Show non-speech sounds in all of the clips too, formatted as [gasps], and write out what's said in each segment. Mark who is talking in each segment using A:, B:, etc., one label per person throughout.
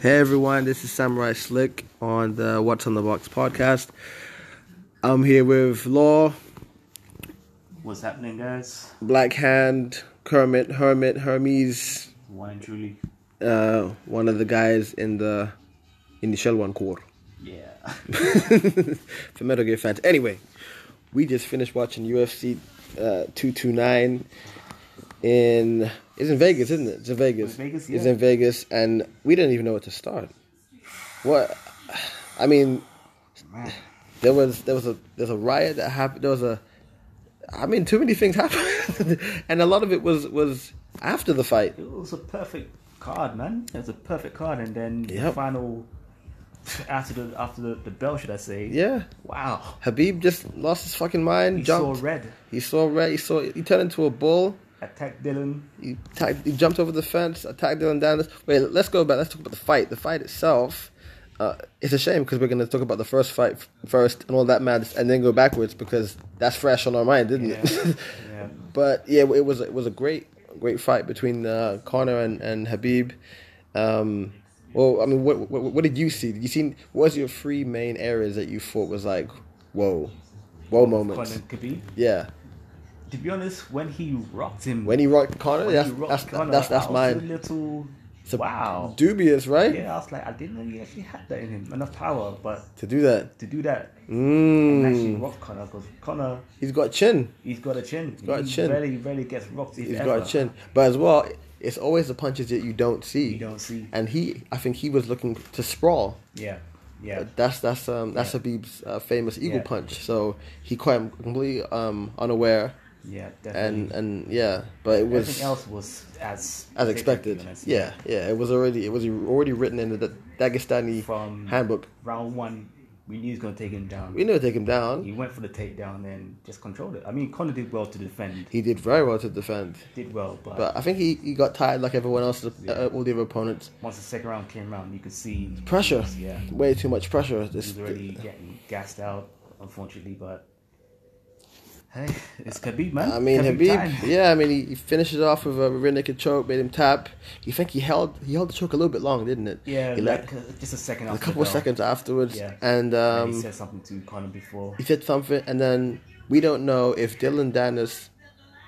A: Hey everyone, this is Samurai Slick on the What's on the Box podcast. I'm here with Law,
B: What's happening, guys?
A: Black Hand, Kermit, Hermit, Hermes,
B: One and truly.
A: uh, one of the guys in the Initial One [laughs] Core
B: Yeah.
A: for Metal Gear fans. Anyway, we just finished watching UFC uh, 229 in. It's in Vegas, isn't it? It's in Vegas.
B: It's Vegas,
A: It's
B: yeah.
A: in Vegas, and we didn't even know where to start. What? I mean,
B: Man.
A: there was there was a there's a riot that happened. There was a, I mean, too many things [laughs] happened, and a lot of it was was after the fight.
B: It was a perfect card, man. It was a perfect card, and then the
A: Yep.
B: final after the after the, the bell, should I say?
A: Yeah,
B: Wow.
A: Habib just lost his fucking mind.
B: He
A: jumped.
B: saw red.
A: He saw red. He saw. He turned into a bull.
B: Attacked Dylan.
A: He, tagged, he jumped over the fence, attacked Dylan Dennis. Wait, let's go back. Let's talk about the fight. The fight itself, uh, it's a shame because we're going to talk about the first fight f- first and all that madness, and then go backwards because that's fresh on our mind, didn't [laughs]
B: Yeah.
A: it?
B: Yeah.
A: but yeah, it was it was a great great fight between uh, Connor and and Habib. Um, well, I mean, what, what what did you see? Did you see? What was your three main areas that you thought was like, whoa, whoa moments?
B: Conan Khabib.
A: Yeah,
B: To be honest, when he rocked him,
A: when he rocked Connor,
B: when he
A: that's,
B: rocked
A: that's,
B: Conor,
A: that's that's
B: I was A
A: mine.
B: little.
A: It's a-
B: wow.
A: Dubious, right?
B: yeah, I was like, I didn't know he actually had that in him, enough power, but
A: to do that.
B: to do that and actually
A: Mm.
B: rock Connor, because Connor,
A: He's got chin.
B: he's got a chin. He's
A: got a chin.
B: He really, really gets rocked. If
A: He's
B: ever.
A: got chin. But as well, it's always the punches that you don't see.
B: You don't see.
A: And he, I think he was looking to sprawl.
B: Yeah, yeah.
A: That's that's um that's Habib's uh, famous eagle
B: Yeah.
A: punch. So he caught him completely um unaware
B: Yeah, definitely.
A: and and yeah, but it was
B: Everything else was as
A: as expected. Yeah, yeah, it was already it was already written in the Dagestani
B: From-
A: handbook.
B: Round one, we knew he was going to take him down.
A: We never take him down.
B: He went for the takedown and just controlled it. I mean, Connor did well to defend.
A: He did very well to defend,
B: did well, but,
A: but I think he, he got tired like everyone else, uh,
B: Yeah.
A: all the other opponents.
B: once the second round came around, you could see
A: Pressure.
B: Yeah,
A: Way too much pressure. This,
B: he was already getting gassed out, unfortunately. But hey, it's Khabib, man.
A: I mean, Habib.
B: time.
A: Yeah, I mean, he, he finishes off with a rear naked choke, made him tap. You think he held he held the choke a little bit long, didn't it?
B: Yeah,
A: he let,
B: like, uh, just a second
A: a
B: after
A: couple of
B: the bell.
A: seconds afterwards,
B: Yeah.
A: and
B: And
A: um,
B: he said something to Connor before.
A: he said something, and then we don't know if Dylan Dennis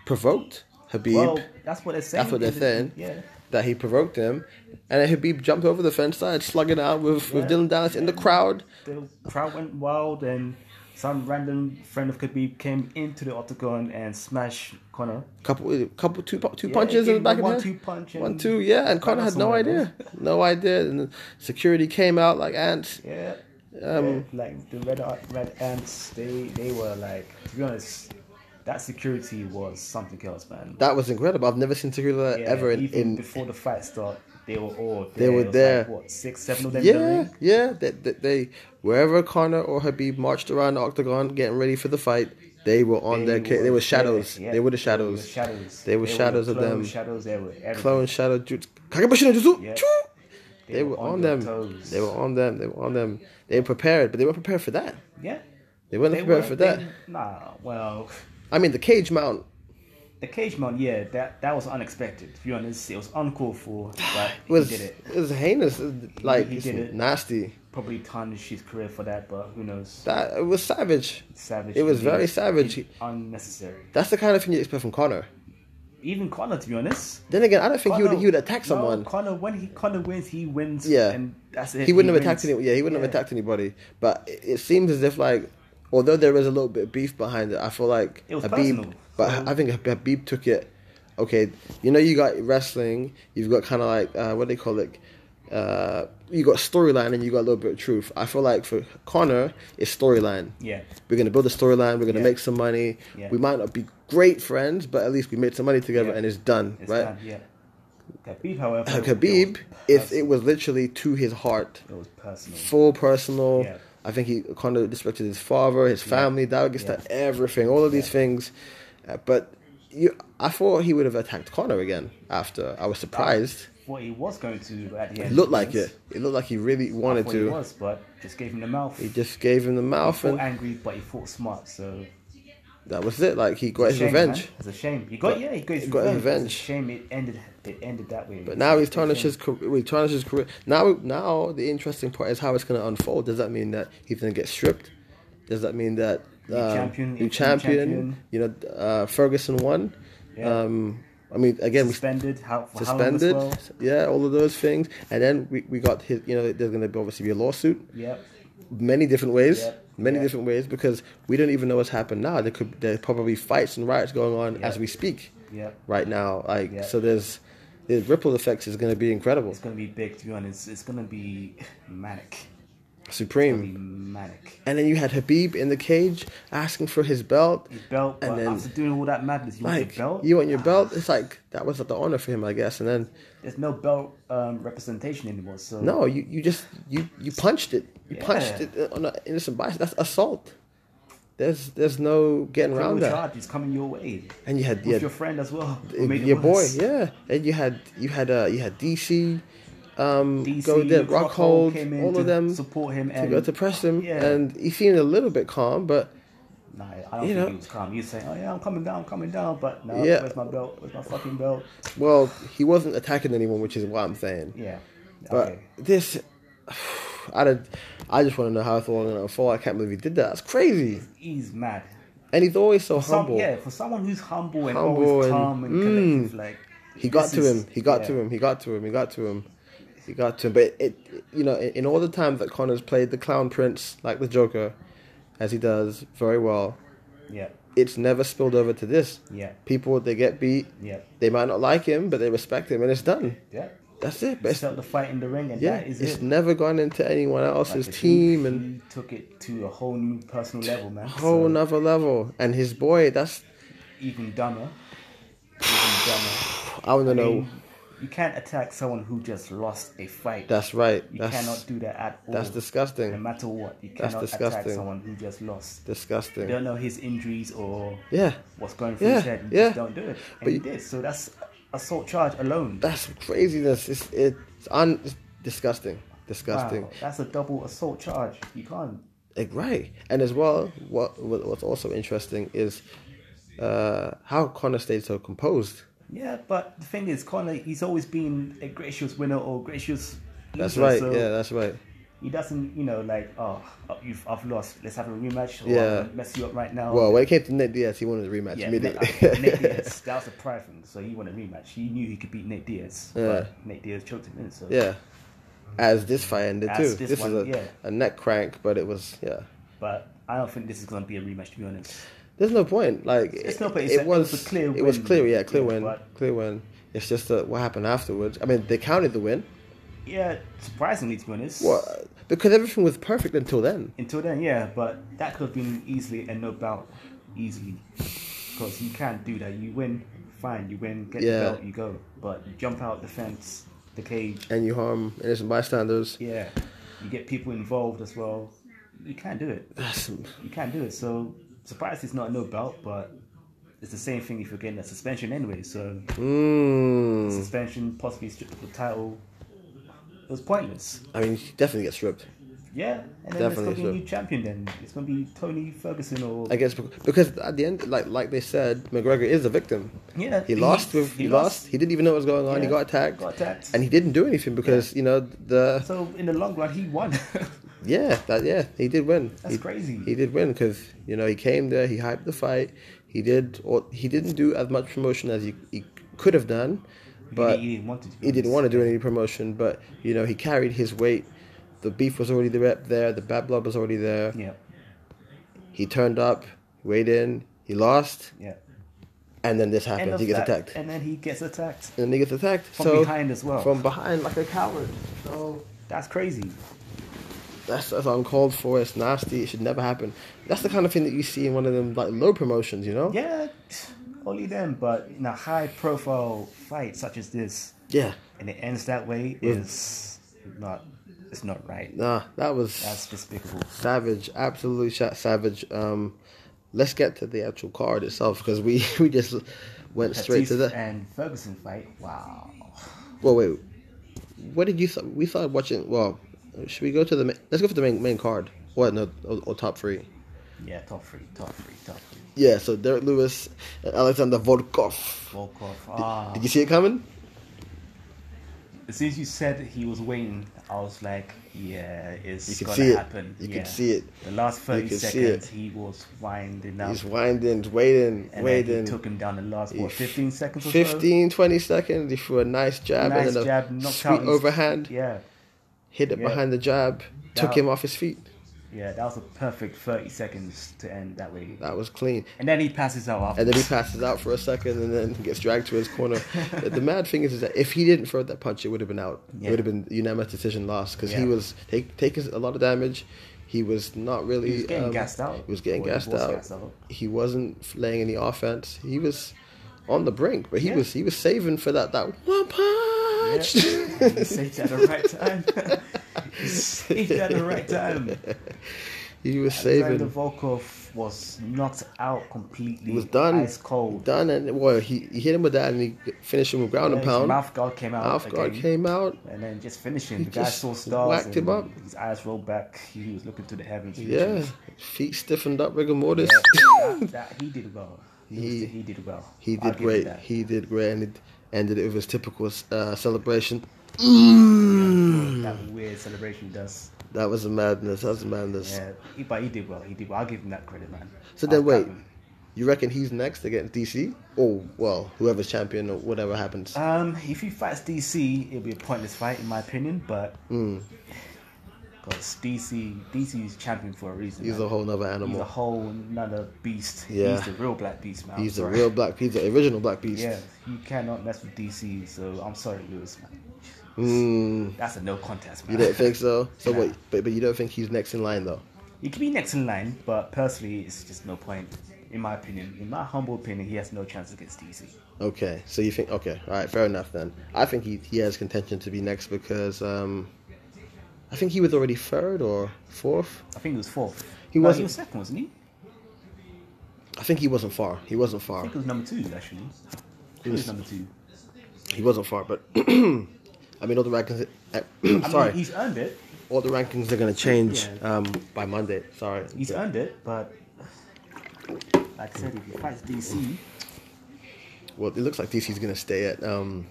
A: provoked Habib
B: Well, that's what they're saying.
A: what they're
B: isn't it?
A: saying.
B: Yeah.
A: that he provoked him, and then Habib jumped over the fence side, slugging out with, with
B: Yeah.
A: Dylan Dennis in the crowd.
B: the crowd went wild and some random friend of Khabib came into the octagon and smashed Connor.
A: Couple, couple, two, pu- two
B: Yeah,
A: punches
B: gave
A: in the
B: him
A: back
B: one,
A: of the
B: two
A: head.
B: punch and
A: One, two, yeah, and
B: back
A: Connor
B: up
A: had no
B: somewhere,
A: idea, [laughs] no idea, and then security came out like ants.
B: Yeah.
A: Um,
B: yeah, like the red red ants, they they were like to be honest, that security was something else, man.
A: That was incredible. I've never seen security like that
B: Yeah,
A: ever in,
B: even
A: in
B: before the fight start, they were all there.
A: were
B: It was
A: there.
B: Like, what six, seven of them? in the
A: yeah,
B: ring?
A: yeah. That they, they, wherever Connor or Habib marched around the octagon getting ready for the fight, they were on their ca- they were shadows.
B: there, yeah.
A: They were the shadows.
B: They were shadows.
A: They were
B: the
A: shadows of
B: clone
A: them.
B: Shadows. They were everything.
A: Clone shadow jutsu. Kakabushi no jutsu.
B: Yeah.
A: Choo! They, were, on
B: your
A: them.
B: toes.
A: They were on them. They were on them. They were prepared, but they weren't prepared for that.
B: Yeah.
A: They weren't prepared for that.
B: they- nah, well,
A: I mean, the cage mount.
B: the cage mount, yeah, that that was unexpected. To be honest, it was uncalled
A: [sighs]
B: for, but
A: It was
B: he did it.
A: it was heinous. It was, like
B: He
A: it's
B: did it.
A: nasty.
B: Probably tarnished his career for that, but who knows?
A: That it was savage.
B: Savage.
A: It was
B: indeed.
A: very savage.
B: Unnecessary.
A: That's the kind of thing you expect from Connor.
B: Even Connor, to be honest.
A: Then again, I don't think he
B: Connor-
A: would he would attack
B: no,
A: someone.
B: Connor, when he Connor wins, he wins.
A: Yeah.
B: and that's it.
A: he wouldn't have attacked
B: wins.
A: any. Yeah, he wouldn't have attacked anybody. But it, it seems as if like, although there is a little bit of beef behind it, I feel like
B: It was
A: Habib.
B: personal,
A: But
B: so-
A: I think Habib took it. Okay, you know you got wrestling. You've got kind of like uh, what do they call it? Uh, you got storyline and you got a little bit of truth. I feel like for Connor, it's storyline.
B: Yeah.
A: We're gonna build a storyline. We're gonna
B: Yeah.
A: make some money.
B: Yeah.
A: We might not be great friends, but at least we made some money together,
B: Yeah.
A: and it's done,
B: It's
A: right?
B: done, yeah. Khabib, however,
A: Uh,
B: it was
A: Khabib, if it
B: personal.
A: was literally to his heart,
B: it was personal.
A: full personal.
B: Yeah.
A: I think he kind of disrespected his father, his family, Dagestan,
B: Yeah.
A: everything, all of these
B: Yeah.
A: things. Uh, but you, I thought he would have attacked Connor again after. I was surprised.
B: What he was going to at the end
A: It looked like
B: was-
A: it. It looked like he really wanted
B: What Uh, he
A: to.
B: was, but just gave him the mouth.
A: He just gave him the mouth
B: fought
A: and
B: angry, but he fought smart. So
A: that was it. Like he got his
B: Shame,
A: revenge.
B: man. It's a shame. He got yeah, he got his
A: He got
B: revenge.
A: revenge.
B: It's a shame it ended it ended that way.
A: But now he's
B: It's a
A: tarnished
B: shame.
A: his career. He tarnished his career. Now, now the interesting part is how it's going to unfold. Does that mean that he's going to get stripped? Does that mean that
B: New
A: um,
B: champion,
A: new
B: interim
A: champion,
B: champion.
A: You know, uh, Ferguson won.
B: Yeah.
A: Um, I mean, again, we
B: suspended. How for
A: suspended.
B: How long as well?
A: Yeah, all of those things, and then we, we got his. You know, there's going to be obviously be a lawsuit
B: Yep.
A: many different ways,
B: Yep.
A: many
B: Yep.
A: different ways because we don't even know what's happened now. There could there are probably fights and riots going on
B: Yep.
A: as we speak
B: Yep.
A: right now. Like
B: Yep.
A: so, there's the ripple effects is going to be incredible,
B: It's gonna be big. To be honest, it's gonna be manic. It's gonna
A: supreme.
B: be manic.
A: And then you had Habib in the cage asking for his belt.
B: His belt.
A: And
B: but
A: then,
B: after doing all that madness, you want
A: Like
B: your belt.
A: you want your
B: Ah,
A: belt? It's like that was the honor for him, I guess. And then
B: There's no belt um, representation anymore. So
A: no, you, you just you you punched it. You punched
B: Yeah.
A: it uh, on an innocent bystander. That's assault. There's there's no getting around
B: criminal
A: that.
B: charge is coming your way.
A: And you had
B: With
A: you had
B: your friend as well. who made it
A: your boy,
B: worse.
A: yeah. And you had you had uh you had DC, um,
B: DC,
A: go there,
B: Rockhold
A: Rockhold,
B: came in
A: all
B: to
A: of them
B: support him
A: to
B: and
A: go to press him,
B: Yeah.
A: and he seemed a little bit calm, but
B: Nah, I don't
A: You
B: think
A: know.
B: he was calm. He was saying, "Oh yeah, I'm coming down, I'm coming down," but no,
A: Yeah.
B: where's my belt? Where's my fucking belt?
A: well, he wasn't attacking anyone, which is what I'm saying.
B: Yeah.
A: But
B: okay.
A: this, [sighs] I did, I just want to know how it's all going to unfold. I can't believe he did that. That's crazy.
B: He's mad.
A: And he's always so
B: Some,
A: humble.
B: Yeah, for someone who's humble and
A: Humble
B: always
A: and- mm.
B: calm and, collective, like
A: He got
B: this
A: to
B: is-
A: him. He got
B: yeah.
A: to him. He got to him. He got to him. He got to him. But it, it- you know, in, in all the times that Connor's played the clown prince like the Joker, as he does very well,
B: Yeah,
A: it's never spilled over to this.
B: yeah,
A: People they get beat.
B: yeah,
A: They might not like him, but they respect him, and it's done.
B: yeah.
A: That's it. But
B: He
A: it's,
B: felt the fight in the ring, and
A: yeah,
B: that is
A: it's
B: it.
A: never gone into anyone else's
B: Like,
A: team,
B: he,
A: and
B: he took it to a whole new personal level, man.
A: whole
B: so,
A: another level. And his boy, that's
B: even dumber, even
A: I
B: dumber.
A: don't know.
B: mean, you can't attack someone who just lost a fight.
A: that's right.
B: you
A: that's
B: cannot do that at all.
A: that's disgusting.
B: No matter what, you
A: That's
B: cannot attack
A: disgusting.
B: someone who just lost. You
A: disgusting.
B: don't know his injuries or
A: Yeah,
B: what's going through his
A: Yeah,
B: head. You
A: yeah.
B: just don't do it. And
A: But
B: he
A: you-
B: did. So that's assault charge alone.
A: that's craziness. It's it's un it's disgusting. Disgusting.
B: Wow, that's a double assault charge. You can't.
A: Like, right. And as well, what what- what's also interesting is uh, how Connor stayed so composed.
B: Yeah, but the thing is, Connor, he's always been a gracious winner or gracious.
A: That's
B: loser,
A: right.
B: so
A: yeah, that's right.
B: He doesn't, you know, like, oh, you've, I've lost. Let's have a rematch. Or
A: Yeah.
B: yeah. Mess you up right now.
A: Well, when it came to Nate Diaz, he wanted a rematch
B: Yeah, Nate,
A: immediately.
B: uh,
A: [laughs]
B: Nate Diaz. That was a pride thing. So he won a rematch. He knew he could beat Nate Diaz.
A: Yeah.
B: But Nate Diaz choked him in. So
A: yeah. As this fight ended
B: As
A: too.
B: this
A: This,
B: one,
A: is a,
B: yeah.
A: a neck crank, but it was yeah.
B: But I don't think this is going to be a rematch. To be honest,
A: There's no point. Like
B: There's
A: it,
B: no point. It's
A: it
B: a- it
A: was,
B: was a clear
A: It was
B: win.
A: clear, yeah, clear
B: Yeah,
A: win,
B: but-
A: clear win. It's just that what happened afterwards. I mean, they counted the win.
B: yeah, surprisingly, to be honest.
A: What? Because everything was perfect until then.
B: Until then, yeah, but that could have been easily a no belt, easily, because you can't do that. You win, fine. You win, get
A: Yeah.
B: the belt, you go. But you jump out the fence, the cage.
A: And you harm innocent bystanders.
B: Yeah, you get people involved as well. You can't do it.
A: That's
B: You can't do it. So surprised it's not a no belt, but it's the same thing if you're getting a suspension anyway. So
A: mm,
B: suspension, possibly stripped of the title. It was pointless.
A: I mean, you definitely get stripped.
B: Yeah, and then
A: Definitely
B: it's gonna be a
A: so.
B: new champion. Then it's gonna be Tony Ferguson or
A: I guess bec- because at the end, like like they said, McGregor is the victim.
B: yeah.
A: He lost with he, lost. He didn't even know what was going on. He
B: Yeah,
A: got attacked,
B: got attacked.
A: and he didn't do anything because you know the
B: So in the long run, he
A: [laughs]
B: won.
A: Yeah, that yeah, he did win.
B: That's
A: he,
B: crazy.
A: He did win because you know he came there, he hyped the fight. He did, or he didn't do as much promotion as he, he could have done, but
B: he, didn't want to.
A: he didn't want to do any promotion. But you know he carried his weight. The beef was already there, there the bad blood was already there.
B: Yeah,
A: He turned up, weighed in, he lost,
B: yeah.
A: and then this
B: End
A: happens.
B: of
A: He gets
B: that,
A: attacked, and
B: and then he gets attacked
A: then he gets attacked
B: from
A: so,
B: behind as well.
A: from behind like a coward. So
B: That's crazy.
A: that's that's uncalled for. It's nasty. It should never happen. That's the kind of thing that you see in one of them like low promotions. You know.
B: Yeah, only them. But in a high-profile fight such as this,
A: Yeah.
B: and it ends that way is not. It's not right.
A: Nah, that was
B: That's despicable.
A: savage. Absolutely sha savage. Um, let's get to the actual card itself because we [laughs] we just went straight to
B: Tatis
A: the.
B: and Ferguson fight. Wow.
A: Well, wait. What did you th- we started watching? Well, should we go to the? ma- Let's go for the main main card. What no or, or top three?
B: Yeah, top three, top three, top three.
A: Yeah, so Derek Lewis and Alexander Volkov.
B: Volkov. Ah,
A: Did you see it coming?
B: as soon as you said he was winning, I was like, yeah, it's
A: You could
B: gonna
A: see it.
B: happen.
A: You could
B: yeah.
A: see it.
B: The last thirty
A: could see it.
B: seconds, he was winding up,
A: He's winding, waiting,
B: and then he
A: waiting.
B: took him down the last
A: He
B: what, fifteen seconds or so.
A: 15, 20 seconds. He threw a nice jab
B: Nice
A: and then a
B: jab, knocked
A: sweet
B: out his-
A: overhand.
B: Yeah,
A: Hit it
B: Yeah.
A: behind the jab. Took
B: That-
A: him off his feet.
B: yeah, that was a perfect thirty seconds to end that way.
A: That was clean.
B: And then he passes out after.
A: And then he passes out for a second and then gets dragged to his
B: [laughs]
A: corner. the the mad thing is, is that if he didn't throw that punch, it would have been out. It
B: Yeah.
A: would have been unanimous decision loss because he
B: Yeah.
A: was take, taking a lot of damage. He was not really.
B: He was getting
A: um,
B: gassed out.
A: He was getting
B: Well, he
A: gassed,
B: was
A: out.
B: gassed out.
A: He wasn't playing any offense. He was on the brink, but he
B: Yeah.
A: was he was saving for that that one punch.
B: Yeah. [laughs] he saved it at the right time. [laughs] he saved it at the right
A: [laughs]
B: time.
A: [laughs] he was
B: Saving.
A: saving.
B: Volkov was knocked out completely.
A: He was done.
B: Ice cold.
A: Done and well, he, he hit him with that and he finished him with ground
B: Yeah,
A: and
B: his
A: pound.
B: mouth guard came out.
A: Mouth guard
B: again.
A: came out.
B: And then just finish him. The guy
A: just
B: saw stars.
A: whacked him
B: and
A: up.
B: His eyes rolled back. He was looking to the heavens. He
A: Yeah,
B: was-
A: feet stiffened up, rigor mortis.
B: yeah, that, that- he did well. He, was-
A: He-
B: he did well.
A: He
B: I'll
A: did
B: give him
A: great.
B: that.
A: He did great, and it ended it with his typical uh, celebration.
B: Mm.
A: Hmm.
B: that weird celebration he does.
A: That was a madness. That was a madness.
B: Yeah, he- but he did well. He did well. I'll give him that credit, man.
A: So
B: I'll
A: then,
B: give
A: wait,
B: him-
A: you reckon he's next against DC? Or well, whoever's champion or whatever happens.
B: Um, if he fights DC, it'll be a pointless fight in my opinion. But
A: Hmm.
B: because DC, DC is champion for a reason.
A: he's
B: man.
A: a whole nother
B: he's a
A: animal.
B: whole another beast.
A: Yeah.
B: he's the real black beast, man. I'm
A: He's, a
B: sorry.
A: real black. He's the original black beast.
B: Yeah, you cannot mess with DC. So I'm sorry, Lewis, man.
A: Mm,
B: That's a no contest,
A: you
B: man.
A: don't think
B: [laughs]
A: so? So
B: Nah.
A: wait, but but you don't think he's next in line though?
B: He could be next in line, but personally, it's just no point. In my opinion, in my humble opinion, he has no chance against DC.
A: Okay, so you think okay, all right, fair enough then. I think he he has contention to be next because um, I think he was already third or fourth.
B: I think he was fourth.
A: He
B: No,
A: wasn't-
B: He was second, wasn't he?
A: I think he wasn't far. He wasn't
B: I
A: far.
B: think he was number two actually. I think he was number two.
A: He wasn't far, but [clears throat] I mean all the rankings. eh, [clears throat]
B: I mean,
A: sorry,
B: he's earned it.
A: all the rankings are going to change
B: Yeah.
A: um, by Monday. Sorry,
B: He's earned it, but like I said, if he fights DC,
A: well, it looks like DC's going to stay at um,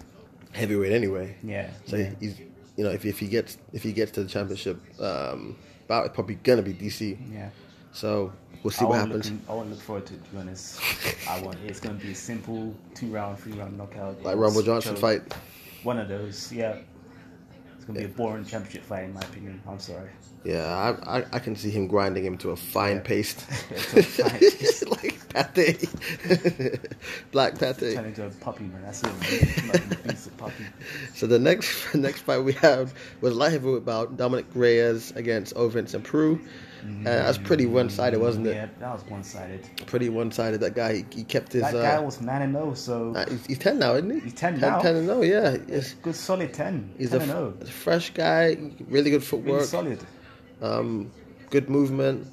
A: heavyweight anyway.
B: yeah,
A: So
B: yeah.
A: he's you know if, if he gets if he gets to the championship um, bout, it's probably going to be DC.
B: yeah.
A: So we'll see
B: I
A: Mm. what
B: won't
A: happens.
B: Look, I won't look forward to it. To be honest, I want it's gonna be a simple two round, three round knockout.
A: Like Rumble Johnson
B: Choke.
A: fight.
B: One of those, yeah. It's gonna be a boring championship fight, in my opinion. I'm sorry.
A: Yeah, I, I I can see him grinding him to a fine paste,
B: [laughs] To a fine
A: [laughs] like pate, [laughs] black pate.
B: Turn into a puppy, man. That's
A: [laughs]
B: it. Man. Like a piece of puppy.
A: So the next [laughs] next fight we have was light heavyweight bout Dominic Reyes against Ovins and Peru. Uh, that's pretty one
B: Mm,
A: sided, wasn't it?
B: Yeah, that was one sided.
A: Pretty one sided. That guy he, he kept his.
B: That
A: uh,
B: guy was nine and zero, so
A: uh, he's, he's ten now, isn't he?
B: He's 10 now.
A: 10 and zero. Yeah, he's,
B: good solid ten.
A: he's a,
B: ten and zero.
A: f- fresh guy. Really good
B: Really
A: footwork.
B: solid.
A: um, good movement.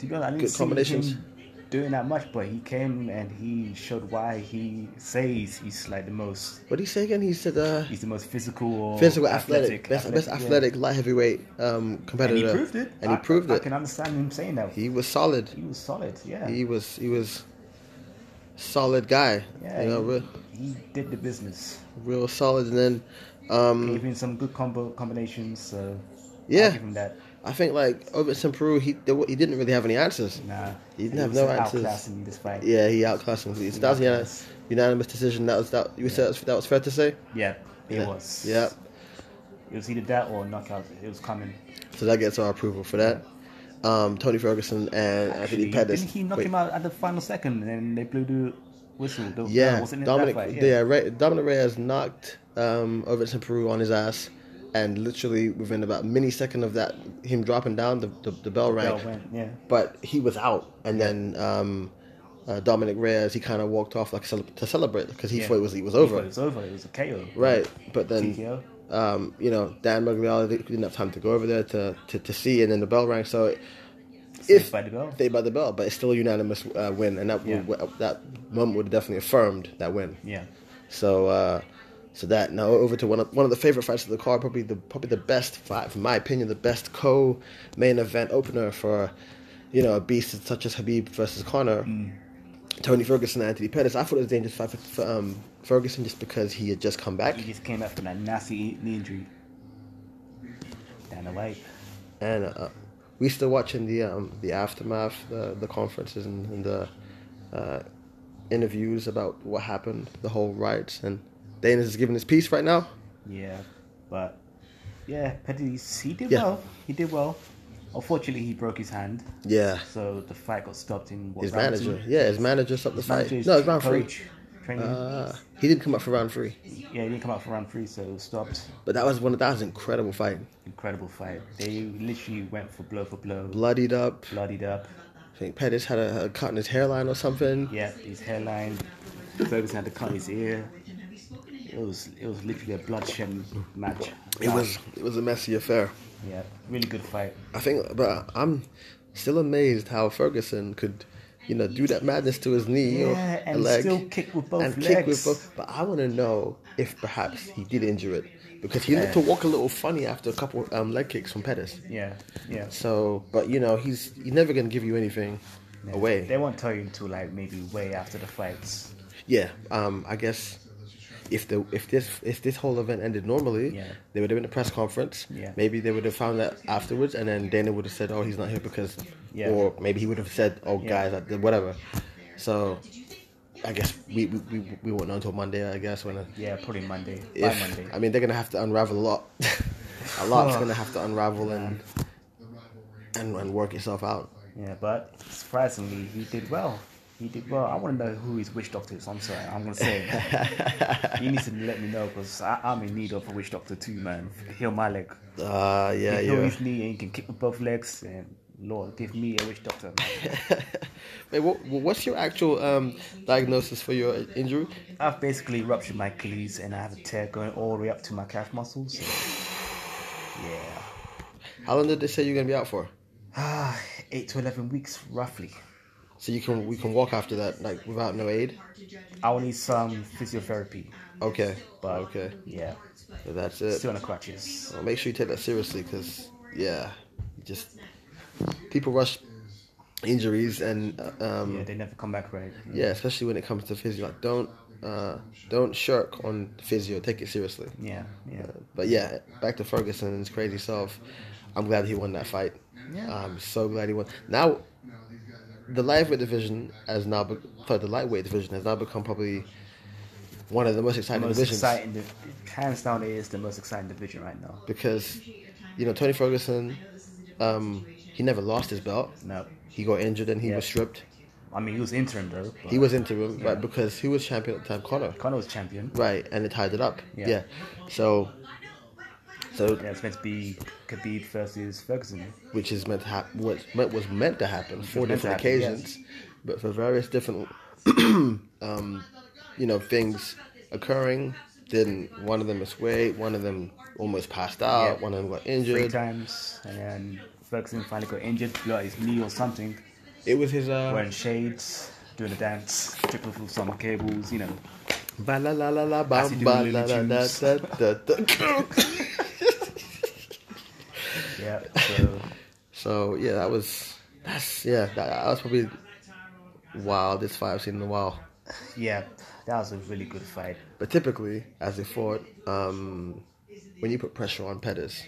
B: To be honest, I didn't
A: Good
B: see
A: combinations.
B: him doing that much, but he came and he showed why he says he's like the most.
A: What did he say again? He said. Uh,
B: He's the most physical or
A: Physical, athletic, best, best
B: yeah.
A: athletic light heavyweight um,
B: And
A: competitor.
B: he proved it.
A: And he
B: I-
A: proved
B: I,
A: it.
B: can understand him saying that. He,
A: He was solid.
B: was solid. Yeah.
A: He was he was solid guy.
B: yeah.
A: you know,
B: he,
A: real,
B: he did the business.
A: real solid. And then, um,
B: Gave him some good combo combinations. So
A: Yeah.
B: I'll give him that.
A: I think like over at Peru, he there, wa- he didn't really have any answers.
B: Nah.
A: He didn't have no
B: was
A: answers.
B: outclassing me this fight.
A: Yeah, he outclassed him. So that was a
B: Outclassed.
A: uni- unanimous decision. That was that. You said that was- that was fair to say.
B: Yeah, it
A: Yeah.
B: was.
A: Yeah.
B: It was either that or knockout. It was coming.
A: So that gets our approval for that. Um, Tony Ferguson and Anthony
B: Actually,
A: Pettis.
B: didn't he knock
A: Wait.
B: him out at the final second and then they blew the whistle? The-
A: Yeah,
B: no, wasn't it that
A: Dominic.
B: fight?
A: Yeah, Re- Dominic Reyes knocked um, over at Peru on his ass, and literally within about mini second of that, him dropping down, the the, the bell rang.
B: Bell went, yeah.
A: But he was out, and then um, uh, Dominic Reyes he kind of walked off like cele- to celebrate because he
B: Yeah.
A: thought it was he was
B: He thought
A: over,
B: It was over. It was a KO.
A: right? But then.
B: TKO.
A: Um, you know, Dan Maglioli didn't have time to go over there to, to, to see, and then the bell rang. So, it,
B: Saved
A: if
B: by the bell.
A: saved by the bell, but it's still a unanimous uh, win, and that
B: Yeah.
A: would, that moment would have definitely affirmed that win.
B: Yeah.
A: So uh, so that now over to one of one of the favorite fights of the card, probably the probably the best fight, from my opinion, the best co-main event opener for you know, a beast such as Habib versus Conor, Tony Ferguson and Anthony Pettis. I thought it was a dangerous fight for, for um, Ferguson just because he had just come back.
B: He just came back from that nasty knee injury. Down the way.
A: and uh, we still watching the um, the aftermath, the the conferences and, and the uh, interviews about what happened, the whole riots, and Dana's is giving his piece right now.
B: Yeah, but yeah, Pettis he did
A: Yeah.
B: well. He did well. Unfortunately, he broke his hand,
A: Yeah,
B: so the fight got stopped in what
A: his
B: round
A: manager.
B: two?
A: Yeah, his manager stopped the fight.
B: Manager's
A: No, it's round three.
B: coach, Training.
A: Uh, he didn't come up for round three,
B: yeah, he didn't come out for round three, so it was stopped.
A: but that was one. Of, that was an incredible fight.
B: Incredible fight. They literally went for blow for blow,
A: Bloodied up.
B: bloodied up.
A: I think Pettis had a, a cut in his hairline or something.
B: Yeah, his hairline. Ferguson had to cut his ear. It was it was literally a bloodshed match.
A: It was it was a messy affair.
B: yeah, really good fight.
A: I think, but I'm still amazed how Ferguson could, you know, do that madness to his knee or
B: Yeah,
A: a
B: and
A: leg
B: still kick with both
A: and
B: legs.
A: kick with both. But I want to know if perhaps he did injure it because he looked to walk a little funny after a couple um, leg kicks from Pettis.
B: Yeah, yeah.
A: So, but you know, he's he's never gonna give you anything
B: They
A: away.
B: won't tell you until like maybe way after the fights.
A: Yeah, um, I guess. If the if this if this whole event ended normally,
B: Yeah.
A: they would have been a press conference.
B: Yeah.
A: Maybe they would have found that afterwards, and then Dana would have said, "Oh, he's not here because,"
B: Yeah.
A: or maybe he would have said, "Oh,
B: Yeah.
A: guys, I did whatever." So, I guess we we, we, we won't know until Monday. I guess when uh,
B: Yeah, probably Monday. By
A: if
B: Monday.
A: I mean they're gonna have to unravel a lot. [laughs] a lot's gonna have to unravel and and and work itself out.
B: Yeah, but surprisingly, he did well. He did well. I want to know who his witch doctor is. I'm sorry, I'm
A: [laughs]
B: gonna say it. he needs to let me know because I'm in need of a witch doctor too, man. Heal my leg.
A: Uh yeah,
B: Heal
A: yeah.
B: his knee, and he can kick with both legs. And Lord, give me a witch doctor. Man.
A: Wait, what, what's your actual um, diagnosis for your injury?
B: I've basically ruptured my Achilles, and I have a tear going all the way up to my calf muscles. So, yeah, [sighs]
A: How long did they say you're gonna be out for?
B: ah, eight to eleven weeks roughly.
A: So you can we can walk after that like without no aid.
B: I will need some physiotherapy.
A: Okay,
B: But
A: okay,
B: yeah,
A: so that's it.
B: still on the crutches.
A: Well, make sure you take that seriously because yeah, you just people rush injuries and uh, um,
B: Yeah, they never come back right.
A: Yeah, especially when it comes to physio. Like, don't uh, don't shirk on physio. Take it seriously.
B: Yeah,
A: Uh,
B: yeah.
A: But yeah, back to Ferguson and his crazy self. I'm glad he won that fight.
B: Yeah.
A: I'm so glad he won. Now, the lightweight division has now, be- sorry, the lightweight division has now become probably one of the most exciting
B: most
A: divisions
B: exciting, div- hands down, it is the most exciting division right now.
A: because, you know, Tony Ferguson, um, he never lost his belt.
B: No,
A: He got injured and he
B: Yeah.
A: was stripped.
B: I mean he was interim though. But
A: He was interim, right? Because who was champion at the time? Connor.
B: Connor was champion.
A: Right, and it tied it up.
B: Yeah.
A: Yeah. So, so
B: Yeah, it's meant to be Khabib versus Ferguson.
A: which is meant to happen, what meant was meant to happen four
B: meant to
A: different
B: happen, yes.
A: occasions, but for various different, [clears throat] um, you know, things occurring. Then one of them missed weight, one of them almost passed out,
B: Yeah.
A: one of them got
B: Three
A: injured.
B: times, and then Ferguson finally got injured, blew out his knee or something.
A: It was his uh,
B: Wearing shades, doing a dance, tripping through some cables, you know.
A: ba la la la la ba
B: As he do
A: ba
B: Looney
A: la la da
B: Tunes.
A: da da da.
B: Yeah. So
A: So yeah, that was that's yeah that, that was probably wildest fight I've seen in a while.
B: yeah, that was a really good fight.
A: But typically, as they fought, um, when you put pressure on Pettis,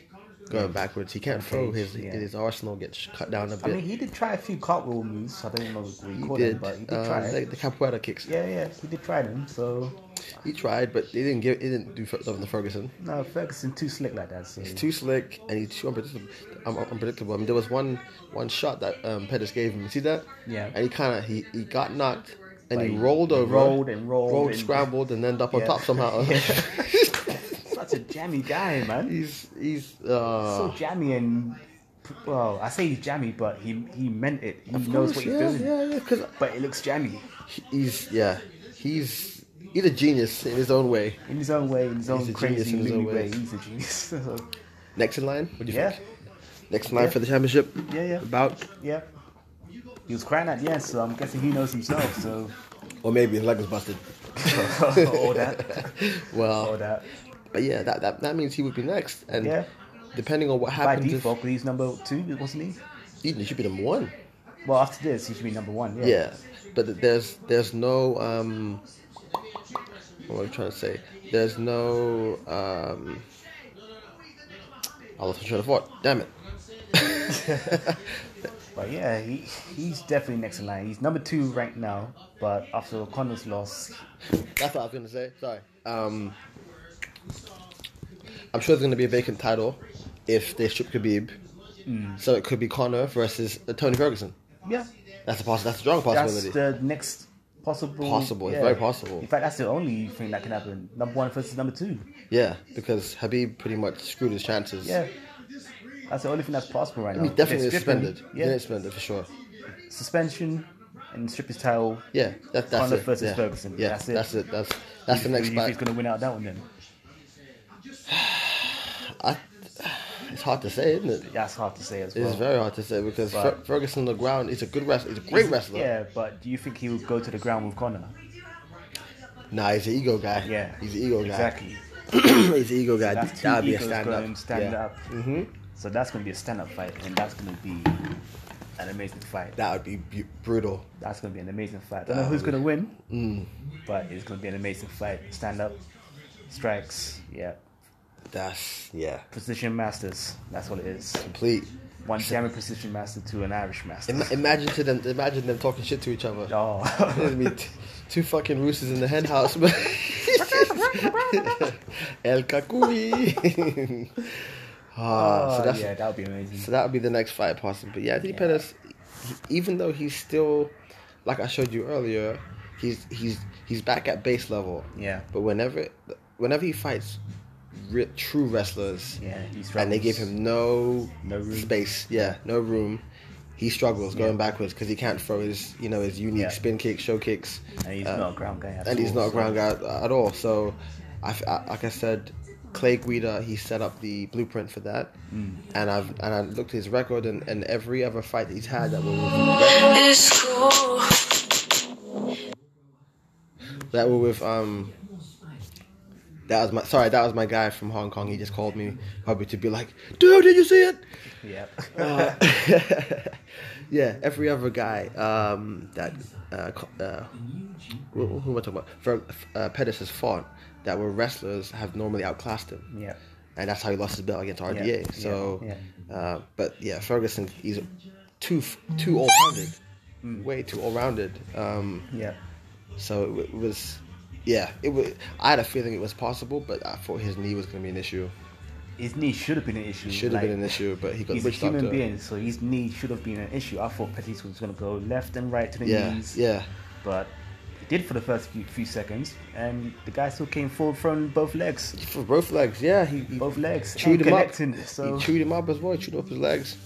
A: going backwards, he can't throw. His
B: yeah.
A: his arsenal gets cut down a
B: I
A: bit.
B: mean, he did try a few cartwheel moves. I don't know if we
A: he
B: call them,
A: did.
B: but he did try.
A: Uh, the, the capoeira kicks.
B: Yeah, yeah, he did try them. So
A: He tried, but they didn't give. It didn't do something to Ferguson.
B: no, Ferguson too slick like that. So
A: Too slick, and he's too unpredictable. Um, unpredictable. I mean, there was one one shot that um, Pettis gave him. You see that?
B: Yeah.
A: And he kind of he, he got knocked, and
B: But
A: he
B: he
A: rolled over,
B: rolled and rolled
A: rolled,
B: and-
A: scrambled, and ended up on
B: [laughs] Yeah.
A: top somehow.
B: such a jammy guy, man.
A: [laughs] he's he's uh,
B: so jammy and well, I say he's jammy, but he he meant it. He knows
A: course,
B: what he's
A: yeah,
B: doing.
A: yeah, yeah, 'cause
B: But it looks jammy
A: he's yeah, he's he's a genius in his own way.
B: in his own way, in his
A: a
B: own
A: genius
B: crazy
A: in his
B: loony
A: own
B: way.
A: way.
B: He's a genius. [laughs] So,
A: Next in line, what do you
B: yeah,
A: think? Next in line for the championship.
B: Yeah, yeah.
A: About
B: yeah. He was crying at yes, so I'm guessing he knows himself.
A: [laughs]
B: So [laughs]
A: or maybe his leg was busted.
B: all that, all
A: Well, [laughs]
B: that.
A: but yeah, that, that that means he would be next, and
B: Yeah.
A: depending on what
B: By
A: happens, if-
B: default, he's number two, wasn't he?
A: he should be number one.
B: Well, after this, he should be number one. Yeah.
A: Yeah, but there's there's no um, what am I trying to say? There's no um, I lost my train of thought. Damn [laughs] it.
B: But yeah, he he's definitely next in line. He's number two ranked now, but after O'Connor's loss,
A: That's what I was gonna say. Sorry. Um, I'm sure there's gonna be a vacant title if they ship Khabib.
B: Mm.
A: So it could be Connor versus uh, Tony Ferguson.
B: yeah,
A: That's a poss- That's a strong
B: that's
A: possibility.
B: the next possible.
A: Possible, it's
B: yeah.
A: very possible.
B: In fact, that's the only thing that can happen. Number one versus number two.
A: yeah, because Habib pretty much screwed his chances.
B: Yeah, that's the only thing that's possible right now.
A: He definitely
B: It's
A: is
B: different.
A: suspended. Yeah,
B: Yeah,
A: suspended for sure.
B: suspension and strip his towel.
A: Yeah, that, that's
B: Connor
A: it.
B: versus
A: yeah.
B: Ferguson,
A: Yeah,
B: that's it.
A: That's it. That's that's the next
B: You think he's
A: fight.
B: gonna win out that one then?
A: I, it's hard to say, isn't it?
B: That's hard to say as well.
A: It's very hard to say because
B: But-
A: Fer- Ferguson on the ground is a good wrestler. He's a great wrestler.
B: Yeah, but do you think he would go to the ground with Connor?
A: Nah, he's an ego guy.
B: Yeah,
A: he's an ego guy.
B: Exactly.
A: he's an ego guy.
B: That's
A: That'd
B: two
A: be a
B: egos
A: stand
B: going
A: up.
B: stand
A: yeah. Mm-hmm.
B: up. So that's going to be a stand up fight, and that's going to be an amazing fight.
A: That would be bu- brutal.
B: That's going to be an amazing fight. don't know who's going to win, but it's going to be an amazing fight. Stand up, strikes, yeah.
A: That's yeah,
B: Precision masters, that's what it is.
A: complete.
B: One German precision master to an Irish master.
A: Ima- imagine to them. Imagine them talking shit to each other. [laughs]
B: [laughs] Oh,
A: There'd be t- two fucking roosters in the hen house, man. [laughs] El Kakui. [laughs] ah, so
B: [laughs] Oh,
A: that's
B: yeah, that would be amazing.
A: so that would be the next fight possible. But yeah, Anthony Pettis, he- even though he's still, like I showed you earlier, he's he's he's back at base level.
B: Yeah.
A: But whenever whenever he fights re- true wrestlers,
B: yeah,
A: and
B: he
A: they
B: struggles.
A: gave him no
B: No room.
A: space. Yeah, no room. He struggles going backwards because he can't throw his you know his unique
B: Yeah.
A: spin kicks, show kicks,
B: And he's
A: uh,
B: not a ground guy. At
A: and he's
B: all,
A: not a
B: so-
A: ground guy at, at all. So, I, f- I- like I said, Clay Guida he set up the blueprint for that,
B: Mm.
A: and I've and I looked at his record and, and every other fight that he's had that will
B: [laughs]
C: It's cool.
A: That were with um. That was my sorry. That was my guy from Hong Kong. He just called me probably to be like, dude, did you see it? [laughs]
B: Yeah. [laughs]
A: Uh, yeah. Every other guy um, that uh, co- uh, who, who am I talking about? Ver, uh, Pettis has fought that were wrestlers have normally outclassed him.
B: yeah.
A: And that's how he lost his belt against RDA.
B: yeah,
A: so,
B: yeah.
A: Uh, but yeah, Ferguson, he's too f- too all rounded,
B: Hmm.
A: way too all rounded. Um,
B: Yeah.
A: so it w- was, yeah, it was. I had a feeling it was possible, but I thought his knee was going to be an issue.
B: His knee should have been an issue.
A: It should have
B: like-
A: been an issue, but he got
B: He's a
A: switched
B: human
A: up to.
B: being, so his knee should have been an issue. I thought Pettis was going to go left and right to the
A: Yeah,
B: knees,
A: yeah,
B: but he did for the first few, few seconds, and the guy still came forward from both legs,
A: for both legs. Yeah, he, he
B: both legs,
A: chewed
B: and
A: him up.
B: connecting. So
A: He chewed him up as well. He chewed up his legs.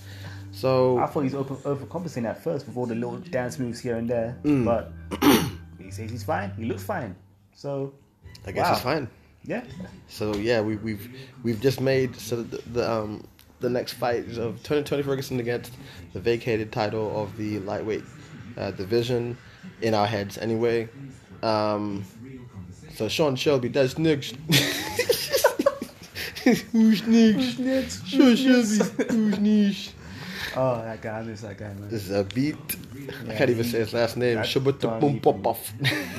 A: So
B: I thought he was over, overcompensating at first with all the little dance moves here and there,
A: Mm. [coughs]
B: but he says he's fine. He looks fine. So
A: I guess
B: wow.
A: it's fine.
B: Yeah,
A: So yeah, we, we've we've just made so the, the um the next fight is of Tony Tony Ferguson against the vacated title of the lightweight uh, division in our heads anyway. Um, so Sean Shelby, that's next. Who's next?
B: next?
A: Sean Shelby, who's next?
B: oh that guy, I miss that guy, man.
A: This is a beat. I can't even say his last name.
B: That's
A: Shabbat
B: Donnie
A: Popov.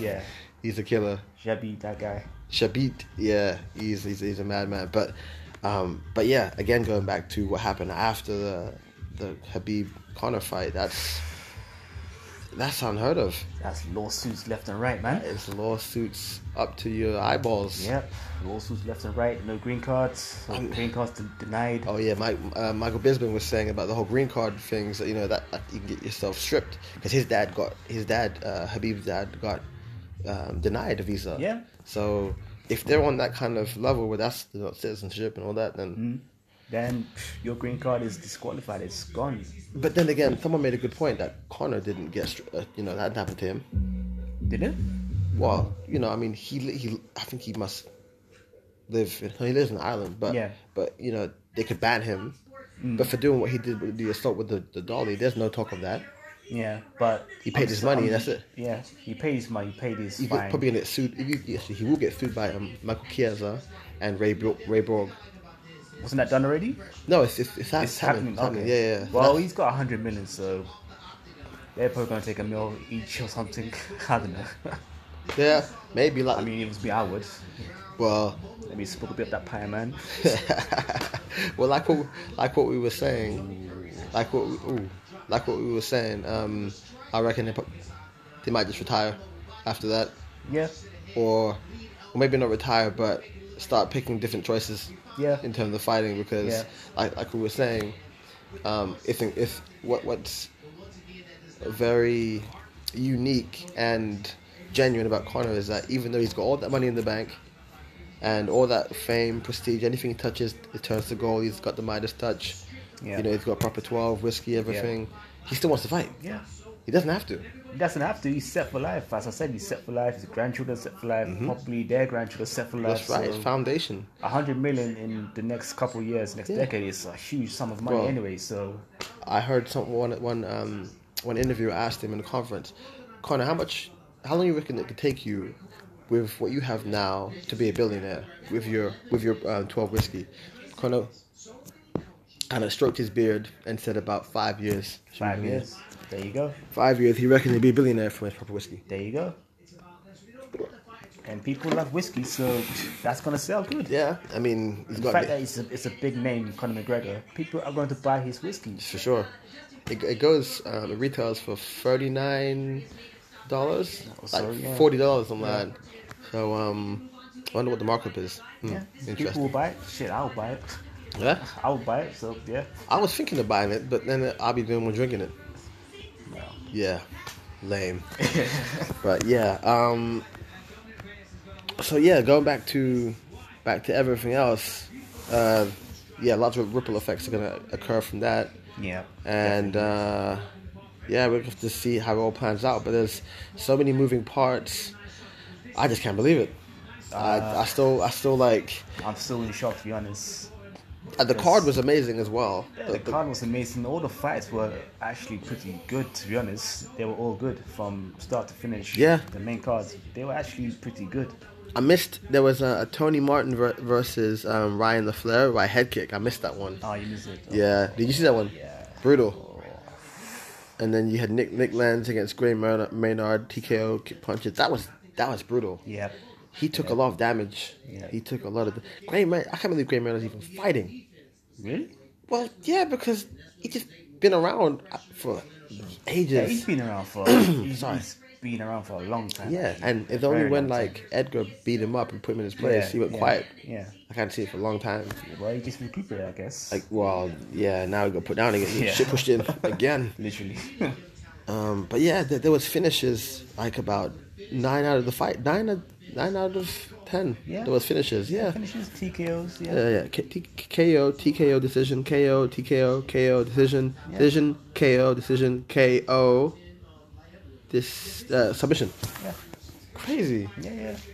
B: Yeah,
A: [laughs] He's a killer.
B: Jabby, that guy.
A: Shabit, yeah, he's he's, he's a madman. But um, but yeah, again going back to what happened after the the Habib Connor fight, that's that's unheard of.
B: That's lawsuits left and right, man.
A: It's lawsuits up to your eyeballs.
B: Yep, lawsuits left and right, no green cards, so green cards de- denied.
A: Oh yeah, Mike, uh, Michael Bisping was saying about the whole green card things. You know that, that you can get yourself stripped because his dad got his dad uh, Habib's dad got um, denied a visa.
B: Yeah.
A: So if they're on that kind of level where that's you know, citizenship and all that, then
B: Then pff, your green card is disqualified, it's gone.
A: But then again, someone made a good point that Connor didn't get, str- uh, you know, that didn't happen to him.
B: Did it?
A: Well, you know, I mean, he li- he, I think he must live. In, he lives in Ireland, but
B: Yeah. Mm.
A: but you know, they could ban him. But for doing what he did with the assault with the, the dolly, there's no talk of that.
B: Yeah, but um,
A: He paid his money, that's it.
B: Yeah, he paid his money, he paid his
A: He could
B: fine.
A: probably get sued. He, he- actually, he will get sued by um, Michael Chiesa and Ray Bro- Ray Borg.
B: Wasn't that done already?
A: No, it's it's, it's,
B: It's
A: happening.
B: happening.
A: it's happening.
B: okay.
A: Yeah, yeah. yeah.
B: Well, he's got 100 million, so They're probably gonna take a meal each or something. [laughs] I don't know. [laughs]
A: Yeah, maybe like
B: I mean, it was me. I would.
A: well,
B: Let me spook a bit of that pie, man.
A: [laughs] well, like what, like what we were saying, like what, we- ooh, like what we were saying. Um, I reckon they, pro- they might just retire after that,
B: Yeah,
A: or, or maybe not retire, but start picking different choices
B: yeah,
A: in terms of fighting because,
B: Yeah.
A: like, like we were saying, um, if if what what's very unique and genuine about Connor is that even though he's got all that money in the bank and all that fame, prestige, anything he touches, it turns to gold. He's got the Midas touch.
B: yeah.
A: You know, he's got proper twelve whiskey, everything. He still wants to fight.
B: yeah.
A: He doesn't have to.
B: He doesn't have to. He's set for life. As I said, he's set for life. His grandchildren set for life. Probably their grandchildren set for life.
A: Mm-hmm. That's right. It's
B: so-
A: foundation.
B: A hundred million in the next couple of years, next
A: Yeah.
B: decade is a huge sum of money
A: Well-
B: anyway. So
A: I heard some one one um one interviewer asked him in a conference, Connor, how much, how long you reckon it could take you, with what you have now, to be a billionaire with your with your um, twelve whiskey, Connor. And I stroked his beard and said, "About five years.
B: five years. There you go.
A: Five years. He reckoned he'd be a billionaire from his proper whiskey.
B: There you go. And people love whiskey, so that's gonna sell good.
A: Yeah, I mean, he's
B: The
A: got
B: fact that it's a, it's a big name, Conor McGregor, people are going to buy his whiskey.
A: for sure. It, it goes. Um, it retails for thirty nine dollars,
B: so, Oh, yeah.
A: like forty dollars online. So um, I wonder what the markup is. Hmm,
B: Yeah, people will
A: Interesting.
B: buy it. Shit, I'll buy it.
A: Yeah,
B: I'll buy it. So yeah,
A: I was thinking of buying it, but then I'll be doing one drinking it.
B: no.
A: Yeah,
B: [laughs]
A: lame. but yeah. Um. So yeah, going back to back to everything else. Uh, yeah, lots of ripple effects are gonna occur from that.
B: yeah,
A: and uh, yeah, we have to see how it all pans out. But there's so many moving parts. I just can't believe it.
B: Uh,
A: I, I still, I still like.
B: I'm still in shock to be honest.
A: Uh, the card was amazing as well.
B: Yeah, the card was amazing. All the fights were actually pretty good, to be honest. They were all good from start to finish.
A: Yeah.
B: The main cards, they were actually pretty good.
A: I missed. There was a, a Tony Martin ver- versus um, Ryan LaFleur by head kick. I missed that one.
B: Oh, you missed it. Oh,
A: Yeah, did you see that one?
B: Yeah. Oh.
A: Brutal. And then you had Nick Nick Lance against Gray Maynard, Maynard TKO kick punches. That was that was brutal.
B: Yeah.
A: He took a lot of damage.
B: Yeah.
A: He took a lot of. Gray Man, I can't believe Gray Maynard's even fighting.
B: Really?
A: Well, yeah, because he just been around uh, for
B: Yeah, he's
A: ages.
B: been around
A: [clears throat]
B: for. he's,
A: Sorry.
B: he's been around for a long time.
A: Yeah,
B: actually.
A: and it's
B: Very
A: only when
B: long time.
A: like Edgar beat him up and put him in his place,
B: Yeah,
A: he went
B: yeah,
A: quiet.
B: Yeah.
A: I can't see it for a long time.
B: Well, he just recuperated, I guess.
A: Like, well, yeah, now he got put down again.
B: [laughs] Yeah.
A: Shit pushed
B: [laughs]
A: in again.
B: Literally.
A: Um, but yeah, there, there was finishes like about nine out of the fight, nine out, nine out of ten.
B: Yeah.
A: There was finishes. Yeah.
B: [laughs] Finishes, TKOs, yeah.
A: Uh, Yeah, yeah. K- T- KO, TKO decision, KO, TKO, KO decision,
B: Yeah.
A: decision, KO decision, KO. This uh, submission.
B: Yeah.
A: Crazy.
B: Yeah,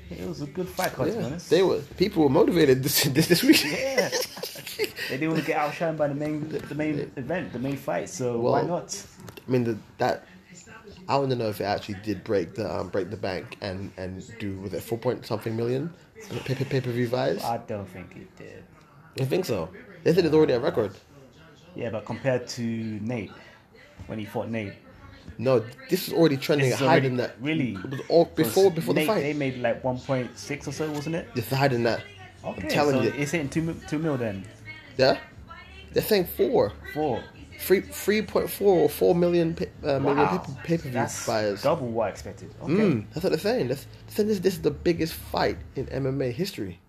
B: yeah. It was a good fight card, to be
A: Yeah.
B: honest.
A: They were people were motivated this [laughs] this, this week. [laughs]
B: Yeah. they didn't want to get outshined by the main the main event, the main fight. So why
A: Well-
B: not?
A: I mean the, that. I want to know if it actually did break the um, break the bank and and do with it four point something million pay pay per view buys.
B: I don't think it did.
A: I think so. They said it's already a record.
B: Yeah, but compared to Nate, when he fought Nate,
A: No, this is already trending
B: This is
A: higher
B: already-
A: than that.
B: really?
A: It was all, before before
B: Nate,
A: the
B: they
A: fight.
B: made like 1.6 or so, wasn't it?
A: It's higher than that.
B: Okay,
A: I'm telling
B: so
A: you.
B: it's hitting two mil- two mil then
A: Yeah, they're saying four,
B: four.
A: three, three point four or four million pa- uh, million
B: Wow,
A: pay per view
B: that's
A: buyers.
B: double what I expected. Okay,
A: Mm, that's what they're saying. That's, they're saying this, this is the biggest fight in MMA history.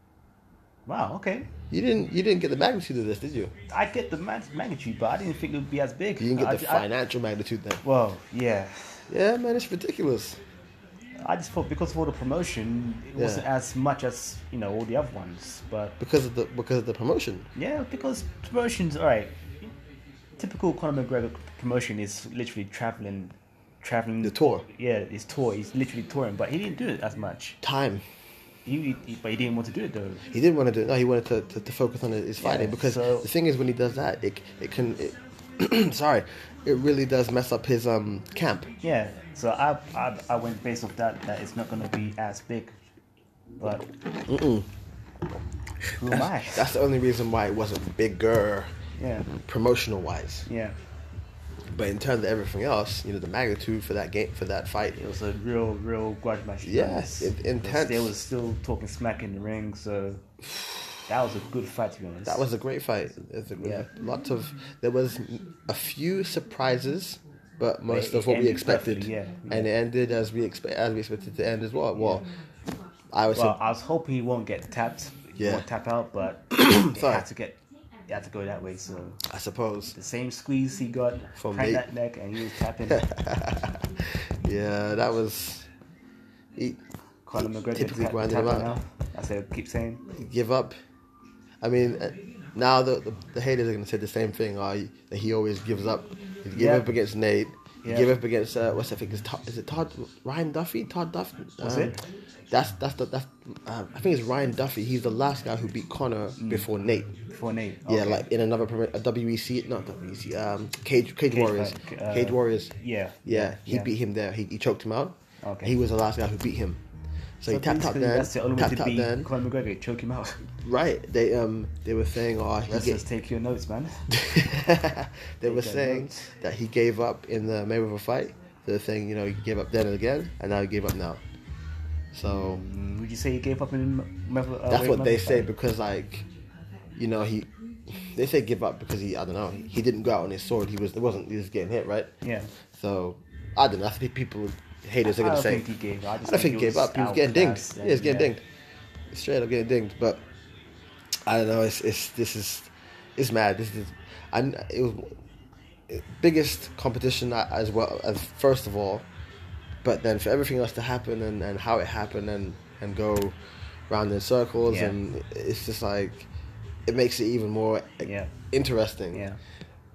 B: wow, okay.
A: You didn't you didn't get the magnitude of this, did you?
B: I get the mag- magnitude, but I didn't think it would be as big.
A: You didn't get
B: I,
A: the
B: I-
A: financial magnitude then.
B: well, yeah.
A: Yeah, man, it's ridiculous.
B: I just thought because of all the promotion, it
A: Yeah.
B: wasn't as much as you know all the other ones. But
A: Because of the because of the promotion.
B: Yeah, because promotions, all right. Typical Conor McGregor promotion is literally traveling, traveling
A: The tour.
B: Yeah, his tour. He's literally touring, but he didn't do it as much.
A: Time.
B: He, he but he didn't want to do it though.
A: He didn't want to do it. No, he wanted to, to, to focus on his fighting because
B: so-
A: the thing is when he does that it it can it, [clears throat] sorry, it really does mess up his um camp.
B: Yeah, so I I, I went based off that that it's not gonna be as big, but who
A: [laughs]
B: am I?
A: That's the only reason why it wasn't bigger
B: Yeah,
A: promotional wise.
B: yeah,
A: But in terms of everything else, you know, the magnitude for that game for that fight,
B: It was a real, real grudge match. to be
A: Yes,
B: honest.
A: it- intense.
B: They were still talking smack in the ring, so that was a good fight to be honest.
A: that was a great fight. It's a-
B: Yeah.
A: lots of there was a few surprises, but most
B: it
A: of what we
B: ended
A: expected,
B: perfectly, yeah,
A: and it ended as we expect as we expected to end as well. Well, I was
B: Well, I was hoping he won't get tapped. He
A: Yeah.
B: won't tap
A: [clears throat]
B: out, but it
A: Sorry.
B: had to get. It had to go that way. So
A: I suppose.
B: the same squeeze he got
A: From
B: from cracked
A: Nate.
B: that neck, and he was
A: [laughs]
B: tapping.
A: yeah, that was. He
B: Conor McGregor
A: Typically
B: tap,
A: grinding
B: tapping
A: him out.
B: now. I said, keep saying.
A: give up. I mean, uh, now the, the the haters are gonna say the same thing. Uh, that he always gives up. He gave
B: Yeah.
A: up against Nate. He
B: Yeah.
A: gave up against uh, what's I think is Todd, is it Todd Ryan Duffy? Todd Duffy.
B: Was
A: Um,
B: it?
A: That's that's the that's um, I think it's Ryan Duffy. He's the last guy who beat Connor before Nate.
B: Before Nate.
A: Yeah,
B: Mm. Okay.
A: like in another promo- a WEC, not WEC, um, Cage Cage,
B: Cage
A: Warriors,
B: fight, uh,
A: Cage Warriors.
B: Yeah.
A: Yeah, he
B: yeah.
A: beat him there. He, he choked him out.
B: Okay.
A: He was the last guy who beat him. So,
B: So
A: he tapped out
B: basically,
A: then.
B: That's the only way
A: tapped
B: to
A: out
B: beat
A: then.
B: Conor McGregor. Choke him out. [laughs]
A: Right. They um they were saying oh he
B: Let's
A: gave,
B: just take your notes, man.
A: [laughs] they were
B: Take our
A: saying
B: notes.
A: that he gave up in the Mayweather fight. They're saying you know he gave up then and again, and now he gave up now. So
B: Mm, Would you say he gave up in Mayweather? Uh,
A: that's
B: Wade
A: what they
B: Mayweather
A: say
B: fight?
A: because like you know he they say give up because he I don't know he didn't go out on his sword. He was it wasn't he was getting hit right.
B: Yeah.
A: So I don't know. I think people haters are
B: I
A: gonna
B: don't
A: say
B: think he gave up. I, just
A: I don't think he gave up. He was getting dinged.
B: outclassed
A: Yeah,
B: and,
A: he was getting
B: yeah.
A: dinged. Straight up getting dinged. But I don't know. It's it's this is it's mad. This is I it was biggest competition a- as well as first of all, but then for everything else to happen and, and how it happened and and go round in circles
B: Yeah.
A: and it's just like it makes it even more eh,
B: Yeah.
A: interesting.
B: Yeah.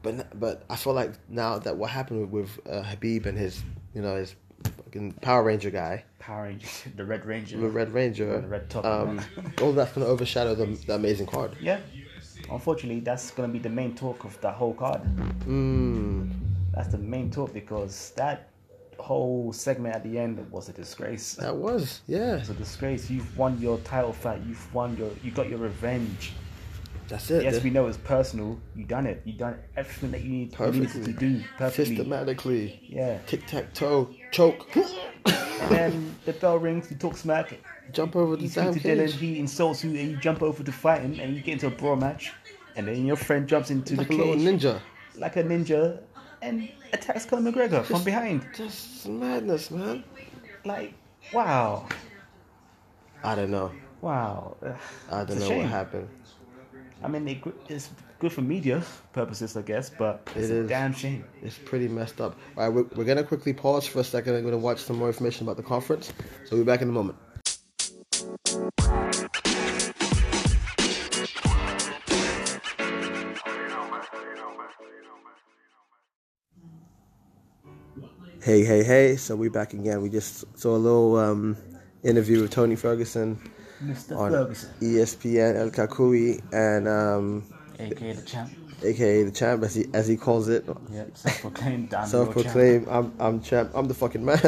A: But n- but I feel like now that what happened with uh, Habib and his you know his fucking Power Ranger guy,
B: Power Ranger, [laughs] the Red Ranger.
A: the Red Ranger,
B: The Red Top,
A: um,
B: man.
A: [laughs] all that's gonna overshadow the, the amazing card.
B: Yeah. Unfortunately, that's going to be the main talk of that whole card.
A: Mm,
B: That's the main talk because that whole segment at the end was a disgrace.
A: that was yeah.
B: It's a disgrace. You've won your title fight. You've won your. You got your revenge.
A: That's it.
B: Yes, we know it's personal. You done it. You done everything that you need you needed
A: Perfectly.
B: to do perfectly.
A: Systematically,
B: Yeah.
A: tic tac toe, choke, [gasps]
B: And then the bell rings. You talk smack.
A: jump over the
B: You speak
A: damn
B: to Dylan.
A: cage.
B: He insults you, and you jump over to fight him, and you get into a brawl match. And then your friend jumps into
A: Like a
B: the
A: little
B: cage
A: ninja.
B: like a ninja and attacks Conor McGregor from behind.
A: Just madness, man.
B: Like, wow,
A: I don't know.
B: wow.
A: I
B: It's
A: don't
B: a
A: know
B: shame.
A: what happened.
B: I mean, it, it's good for media purposes, I guess, but it's
A: It
B: a
A: is.
B: damn shame.
A: It's pretty messed up. All right, we're, we're going to quickly pause for a second. I'm going to watch some more information about the conference. So we'll be back in a moment. Hey, hey, hey. So we're back again. We just saw a little um, interview with Tony Ferguson
B: Mr.
A: on E
B: Ferguson,
A: ESPN El Kakui and um,
B: aka the champ.
A: aka the champ, as he, as he calls it,
B: Yep, self-proclaimed damn
A: Self-proclaimed, I'm I'm champ. I'm the fucking
B: [laughs]
A: man.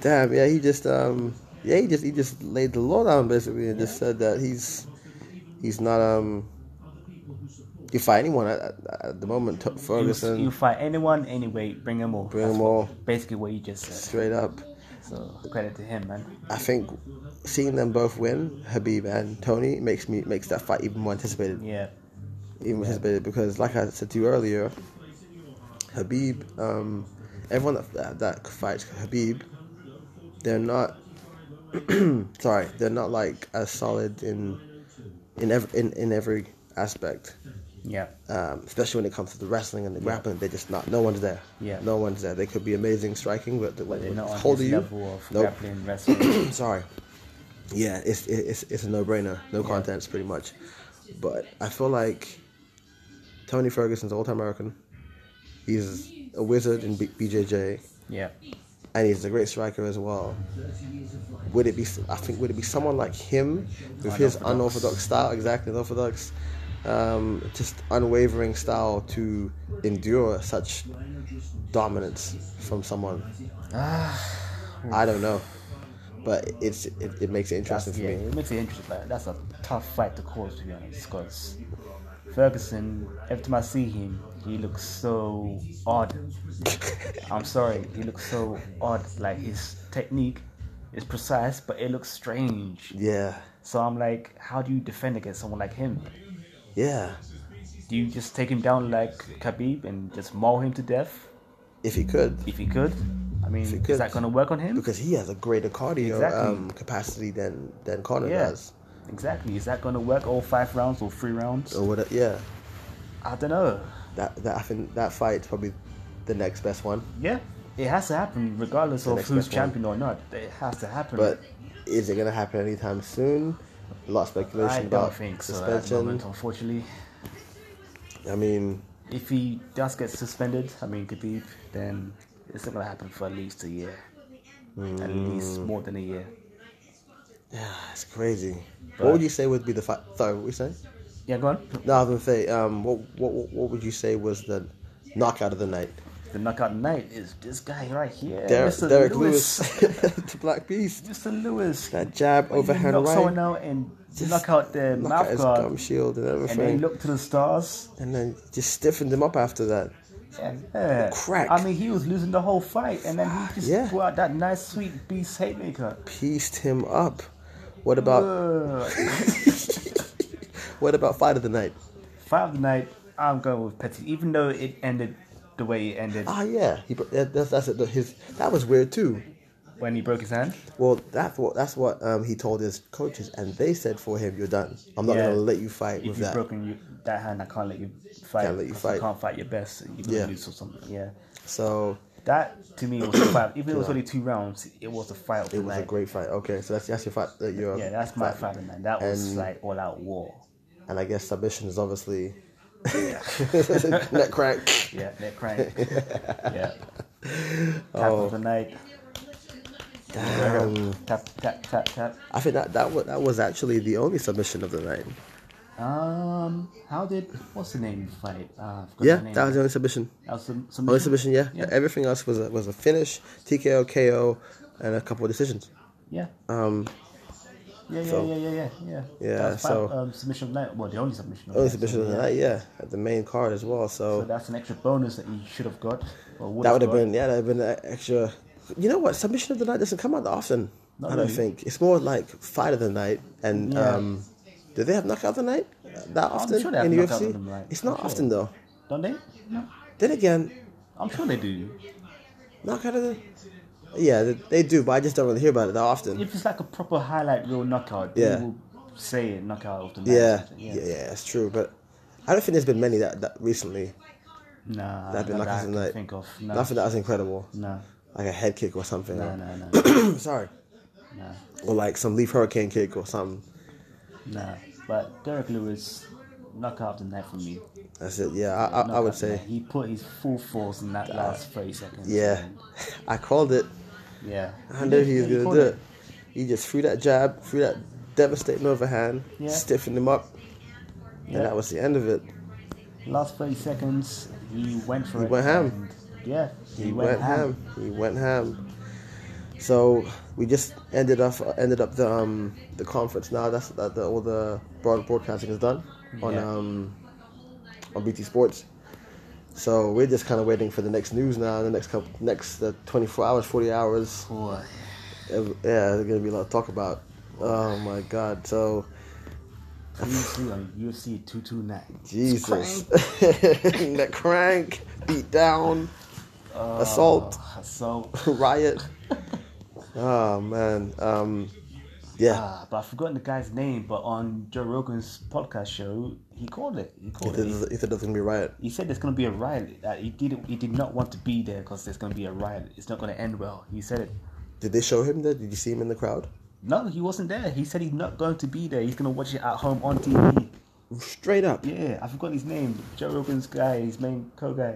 A: Damn. Yeah, he just um yeah he just he just laid the law down basically and just said that he's he's not um you fight anyone at, at, at the moment T-
B: You, you
A: Ferguson
B: fight anyone, anyway, bring them all.
A: Bring
B: That's
A: 'em
B: what-
A: all.
B: Basically, what you just said.
A: straight up.
B: So credit to him, man.
A: I think seeing them both win, Habib and Tony, makes me makes that fight even more anticipated.
B: Yeah,
A: even which is better because, like I said to you earlier, Habib, um, everyone that, that that fights Habib, they're not. [clears throat] sorry, they're not like as solid in in ev- in, in every aspect.
B: yeah,
A: Um, especially when it comes to the wrestling and the grappling, they're just not. No one's there.
B: Yeah.
A: No one's there. They could be amazing striking, but, the,
B: but they're not on
A: holding
B: his
A: you.
B: level of
A: Nope. [coughs]
B: grappling wrestling.
A: [clears throat] sorry. Yeah, it's it- it's it's a no brainer. No contents, pretty much. But I feel like Tony Ferguson's all time American. He's a wizard in B- BJJ,
B: yeah,
A: and he's a great striker as well. Would it be? I think would it be someone like him with his
B: Unorthodox.
A: unorthodox style, exactly unorthodox, um, just unwavering style to endure such dominance from someone?
B: Ah.
A: I don't know, but it's it, it makes it
B: that's,
A: interesting for
B: yeah.
A: me.
B: It makes it interesting. Like, that's a tough fight to call, to be honest, because Ferguson, every time I see him, he looks so
A: [laughs]
B: odd. I'm sorry, he looks so odd. Like his technique is precise, but it looks strange.
A: Yeah.
B: So I'm like, how do you defend against someone like him?
A: Yeah.
B: Do you just take him down like Khabib and just maul him to death
A: If he could.
B: if he could? I mean,
A: he
B: is
A: could.
B: that going to work on him?
A: Because he has a greater cardio
B: Exactly.
A: um, capacity than than Connor
B: yeah,
A: does.
B: exactly. Is that going to work all five rounds or three rounds?
A: Or what? Yeah.
B: I don't know.
A: That that I think that fight's probably the next best one.
B: Yeah, it has to happen regardless
A: The
B: of
A: next
B: who's
A: best one.
B: champion or not. It has to happen.
A: But is it gonna happen anytime soon? A lot of
B: I
A: speculation
B: don't
A: about
B: think so at the
A: suspension.
B: moment, unfortunately.
A: I mean,
B: If he does get suspended, I mean Khabib, then it's not gonna happen for at least a year, at least
A: Mm.
B: more than a year.
A: yeah, it's crazy.
B: But-
A: what would you say would be the fight? Sorry, what were you saying?
B: Yeah, go on.
A: No, I was gonna say, um, what what what what would you say was the knockout of the night?
B: The knockout night is this guy right here,
A: Derek,
B: Mr.
A: Derek Lewis, [laughs]
B: Lewis.
A: the Black Beast.
B: Mr. Lewis.
A: That jab,
B: When you
A: overhand
B: knock
A: right,
B: someone out and
A: Just
B: knock out their
A: knock out
B: mouth
A: his gum
B: guard,
A: shield and
B: and
A: everything,
B: then look to the stars.
A: and then just stiffened him up after that.
B: Yeah.
A: Crack.
B: I mean, he was losing the whole fight, and then he just
A: Yeah.
B: brought out that nice, sweet beast haymaker.
A: pieced him up. What about
B: Ugh.
A: [laughs] what about fight of the night?
B: Fight of the night, I'm going with Petty, even though it ended the way it ended
A: Ah, yeah, he bro- that, that's that's it. The- His that was weird too.
B: when he broke his hand.
A: Well, that's what that's what um, he told his coaches, and they said for him, "You're done. I'm not
B: Yeah.
A: gonna let you fight with
B: If you've
A: that."
B: broken you, that hand, I can't let you fight.
A: Can't let you
B: 'cause I
A: fight.
B: can't fight your best. You're going to
A: Yeah.
B: lose or something. Yeah.
A: So
B: That, to me, was a fight. Even though it was only two rounds, it was a fight of the
A: it was a
B: night.
A: great fight. Okay, so that's that's your fight. That your
B: yeah, that's my fight of the night. That was
A: And-
B: like all out war.
A: And I guess submission is obviously [laughs] neck crank.
B: Yeah,
A: [laughs]
B: that crank. yeah. Tap of the night.
A: Oh. Damn.
B: Tap, tap, tap, tap.
A: I think that that was, that was actually the only submission of the night.
B: Um, how did what's the name fight? Uh, I forgot
A: Yeah,
B: the name.
A: that was Oh, the only submission.
B: That was some,
A: Only submission, yeah.
B: yeah,
A: Everything else was a, was a finish, TKO, KO, and a couple of decisions.
B: yeah,
A: Um,
B: yeah, yeah,
A: so-
B: yeah, yeah, yeah, yeah.
A: Yeah,
B: That was fight,
A: so-
B: um, submission of the night. Well, the only submission. Of
A: only
B: night,
A: submission
B: so,
A: of the
B: yeah.
A: night, yeah, at the main card as well. So,
B: So that's an extra bonus that you should have got. Or would
A: that
B: have
A: would have
B: got.
A: been, yeah, that would have been an extra. You know what? Submission of the night doesn't come out that often.
B: Not
A: I don't
B: really.
A: think it's more like fight of the night and
B: Yeah.
A: um, do they have knockout of the night that often
B: sure they have
A: in
B: knockout
A: UFC?
B: of the night.
A: It's
B: I'm
A: not
B: sure.
A: often though.
B: Don't they? No,
A: Then again,
B: I'm sure they do.
A: knockout of the. Yeah, they, they do, but I just don't really hear about it that often.
B: If it's like a proper highlight reel knockout,
A: Yeah.
B: they will say it knockout of the night. or
A: Yeah,
B: something,
A: yeah, yeah, it's true, but I don't think there's been many that, that recently.
B: Nah,
A: That'd be
B: not
A: like
B: that I
A: us in
B: can
A: like-
B: think of. No,
A: Nothing that was incredible,
B: no,
A: like a head kick or something.
B: no,
A: or-
B: no, no,
A: [coughs] Sorry,
B: no,
A: or like some leaf hurricane kick or something.
B: no. But Derek Lewis, knockout of the night for me.
A: That's it. Yeah, I, I, I would
B: knockout
A: say.
B: there. he put his full force in that last 30 seconds.
A: Yeah, [laughs]
B: And,
A: I called it.
B: yeah.
A: I knew he was
B: Yeah,
A: gonna
B: called
A: do it. He just threw that jab, threw that devastating overhand,
B: Yeah.
A: stiffened him up,
B: Yeah.
A: and that was the end of it.
B: Last 30 seconds, he went for it.
A: went ham.
B: and- Yeah,
A: He, went, ham. He went ham. So we just ended up ended up the um, the conference. Now that's that the, all the broad broadcasting is done on
B: Yeah.
A: um, on BT Sports. So we're just kind of waiting for the next news now. The next couple, next uh, twenty four hours, forty hours.
B: Boy.
A: Ev- Yeah, there's gonna be a lot to talk about. Oh my God! So
B: UFC on UFC 229.
A: Jesus, [laughs] that crank, beat down, [laughs]
B: Uh,
A: Assault.
B: Assault.
A: riot. [laughs] Oh man, um, yeah,
B: Ah, but I've forgotten the guy's name, but on Joe Rogan's podcast show, he called it. He
A: he
B: called
A: said,
B: it.
A: he said there's gonna be a riot.
B: He said there's going to be a riot. That he did. He did not want to be there because there's going to be a riot. It's not going to end well. He said it.
A: Did they show him there? Did you see him in the crowd?
B: No, he wasn't there. He said he's not going to be there. He's going to watch it at home on TV.
A: Straight up.
B: Yeah, I forgot his name. Joe Rogan's guy, his main co-guy.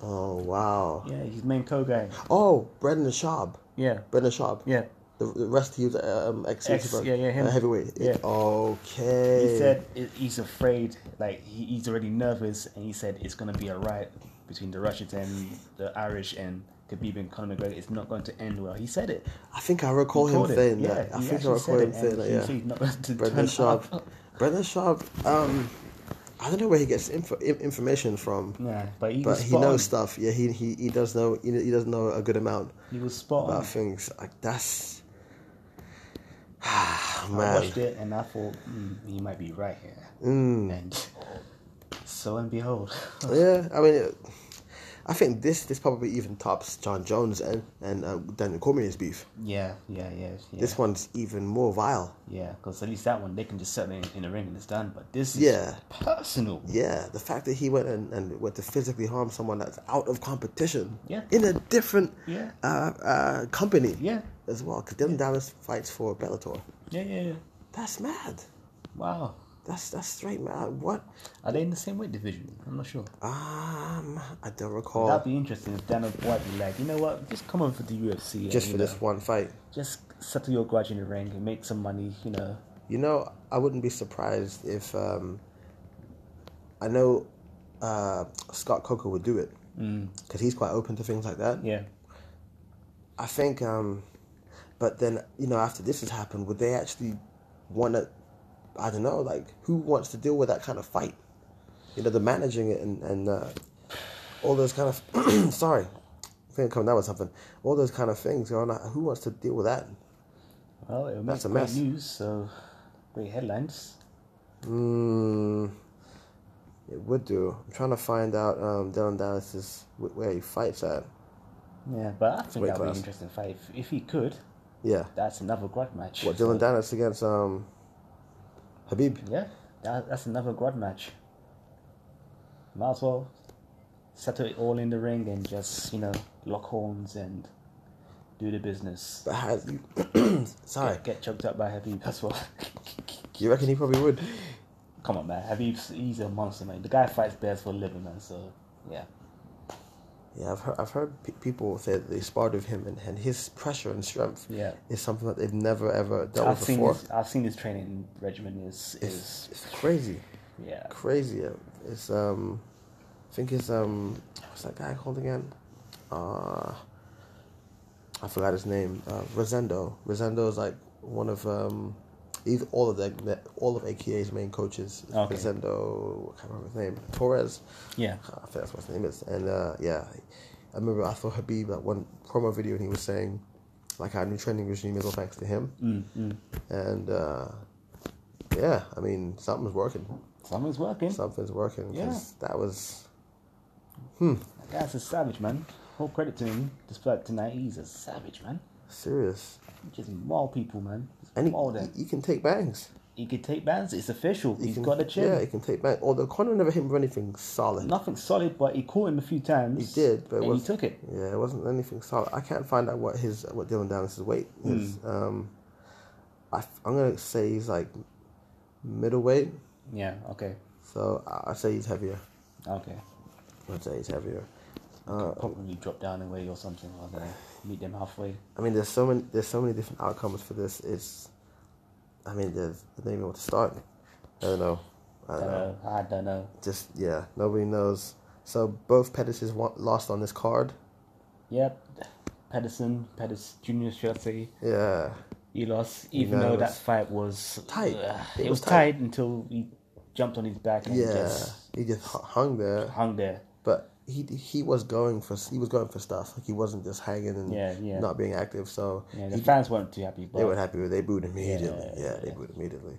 A: Oh wow.
B: Yeah, his main co-guy.
A: Oh, Brendan Schaub.
B: Yeah,
A: Brendan Schaub.
B: yeah.
A: The, the rest he was um, ex,
B: Ex- yeah, yeah, him.
A: uh, heavyweight.
B: Yeah.
A: Okay.
B: He said i- he's afraid, like he- he's already nervous, and he said it's going to be a riot between the Russians and the Irish and Khabib and Conor McGregor. It's not going to end well. He said it.
A: I think I
B: He
A: recall him
B: called it.
A: saying
B: yeah,
A: that. I
B: he
A: think I
B: actually
A: recall
B: said
A: him
B: it.
A: saying
B: And
A: that.
B: he
A: Yeah.
B: said he's not going to
A: Brendan
B: turn
A: Schaub.
B: up. [laughs]
A: Brendan Sharp, um, I don't know where he gets info, i- information from,
B: Yeah, but he
A: but
B: was
A: he
B: spot
A: knows
B: on.
A: stuff. Yeah, he, he, he does know he, he does know a good amount
B: He was spot on.
A: about things. Like that's [sighs]
B: I
A: man.
B: watched it and I thought mm, he might be right here.
A: Mm.
B: And so and behold, [laughs]
A: Yeah, I mean, it- I think this this probably even tops John Jones and and uh, Daniel Cormier's beef.
B: yeah, yeah, yeah, yeah.
A: This one's even more vile.
B: Yeah, because at least that one they can just settle in, in the ring and it's done. But this is
A: Yeah.
B: personal.
A: Yeah, the fact that he went and, and went to physically harm someone that's out of competition.
B: Yeah.
A: In a different
B: Yeah.
A: uh, uh, company.
B: Yeah.
A: As well, because them Dallas fights for Bellator.
B: Yeah, yeah, yeah.
A: That's mad.
B: Wow.
A: That's that's straight mad. What?
B: Are they in the same weight division? I'm not sure.
A: Um, I don't recall.
B: That'd be interesting if Dana White be like, you know what, just come on for the UFC. and,
A: just
B: you
A: for
B: know,
A: this one fight.
B: Just settle your grudge in the ring and make some money, you know.
A: You know, I wouldn't be surprised if um, I know uh, Scott Coker would do it because he's quite open to things like that.
B: Yeah.
A: I think, um, but then you know, after this has happened, would they actually want to? I don't know. Like, who wants to deal with that kind of fight? You know, the managing it and and uh, all those kind of [clears throat] sorry, I think I'm coming down with something. All those kind of things going on. Who wants to deal with that?
B: Well, it'll
A: That's
B: make
A: a
B: great
A: mess.
B: news, so great headlines.
A: Mm, it would do. I'm trying to find out um, Dylan Dallas's wh- where he fights at.
B: Yeah, but I think
A: Weight
B: that'd be an
A: class.
B: interesting fight. If, if he could,
A: Yeah.
B: that's another grudge match.
A: What Dylan Dallas against um, Habib?
B: Yeah, that, that's another grudge match. Might as well settle it all in the ring and just, you know, lock horns and do the business.
A: But has you? [clears throat] sorry.
B: Get choked up by Habib as well. [laughs]
A: You reckon he probably would?
B: Come on, man. Habib's he's a monster, man. The guy fights bears for a living, man. So, yeah.
A: Yeah, I've heard, I've heard pe- people say that they sparred with him, and, and his pressure and strength
B: Yeah.
A: is something that they've never ever dealt
B: I've
A: with
B: seen
A: before.
B: his, I've seen his training regimen is is
A: It's crazy,
B: yeah.
A: crazy. It's um, I think it's um, what's that guy called again? Uh, I forgot his name. Uh, Rosendo. Rosendo is like one of um, either all of the all of AKA's main coaches.
B: Okay.
A: Rosendo, I can't remember his name. Torres.
B: Yeah.
A: I think that's what his name is. And uh, yeah, I remember I saw Habib like one promo video and he was saying like our new training regime is all thanks to him.
B: Mm, mm.
A: And uh, yeah, I mean something's working.
B: Something's working.
A: Something's working because that was
B: That guy's a savage, man. Whole credit to him. Despite tonight, he's a savage, man.
A: serious.
B: He Just maul people, man. Just
A: And
B: maul
A: he,
B: them.
A: he can take bangs.
B: He could take bans. It's official.
A: He
B: He's
A: can,
B: got a chin.
A: Yeah, he can take bangs. Although Conor never hit him for anything solid.
B: Nothing solid, but he caught him a few times.
A: He did, but it
B: and
A: was
B: he took it.
A: Yeah, it wasn't anything solid. I can't find out what his what Dylan Dallas's weight
B: Hmm.
A: is. Um, I, I'm gonna say he's like middleweight,
B: Yeah. Okay.
A: so I, I say he's heavier.
B: Okay.
A: I'd say he's heavier.
B: Probably drop down away or something. Or they meet them halfway.
A: I mean, there's so many there's so many different outcomes for this. It's, I mean, there's I don't even know where to start. I don't know. I don't
B: Dunno.
A: know.
B: I don't know.
A: Just yeah, nobody knows. So both Pettis won lost on this card.
B: Yep. Pedersen, Pettis Junior, should I say?
A: Yeah,
B: He lost, even though that
A: Unanimous.
B: fight was
A: Tight.
B: Ugh,
A: It
B: it,
A: was
B: was
A: tight.
B: tight. until he jumped on his back and
A: yeah.
B: just
A: he just hu- hung there.
B: hung there.
A: But he he was going for he was going for stuff. Like he wasn't just hanging and
B: Yeah, yeah.
A: not being active. So
B: Yeah, the
A: he-
B: fans weren't too happy, but
A: they were happy with they booed immediately. Yeah,
B: Yeah,
A: they booed immediately.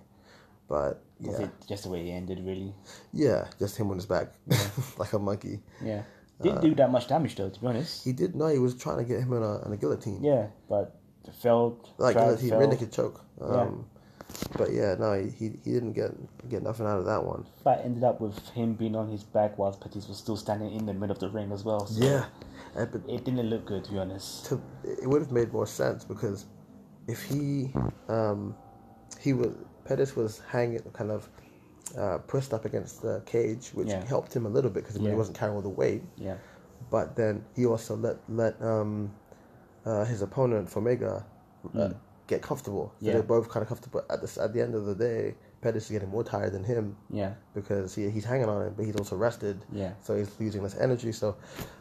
A: But
B: that's
A: yeah,
B: it, just the way it ended, really.
A: yeah, just him on his back [laughs] like a monkey.
B: Yeah, didn't do that much damage though, to be honest.
A: Uh, He did know he was trying to get him in a, in a guillotine.
B: Yeah, but failed.
A: like
B: tried,
A: guillotine,
B: fell.
A: really choke. Um, But yeah, no, he- he he didn't get get nothing out of that one.
B: Fight ended up with him being on his back whilst Pettis was still standing in the middle of the ring as well. So
A: Yeah, and, but
B: it didn't look good, to be honest.
A: to it would have made more sense because if he um he was Pettis was hanging kind of uh, pushed up against the cage, which
B: Yeah.
A: helped him a little bit because he
B: Yeah.
A: wasn't carrying all the weight.
B: Yeah,
A: But then he also let let um uh, his opponent Fomega uh, get comfortable. So
B: Mm. Yeah.
A: they're both kind of comfortable at the s- at the end of the day. Pettis is getting more tired than him
B: Yeah.
A: because he, he's hanging on it, but he's also rested.
B: Yeah.
A: So he's losing less energy. So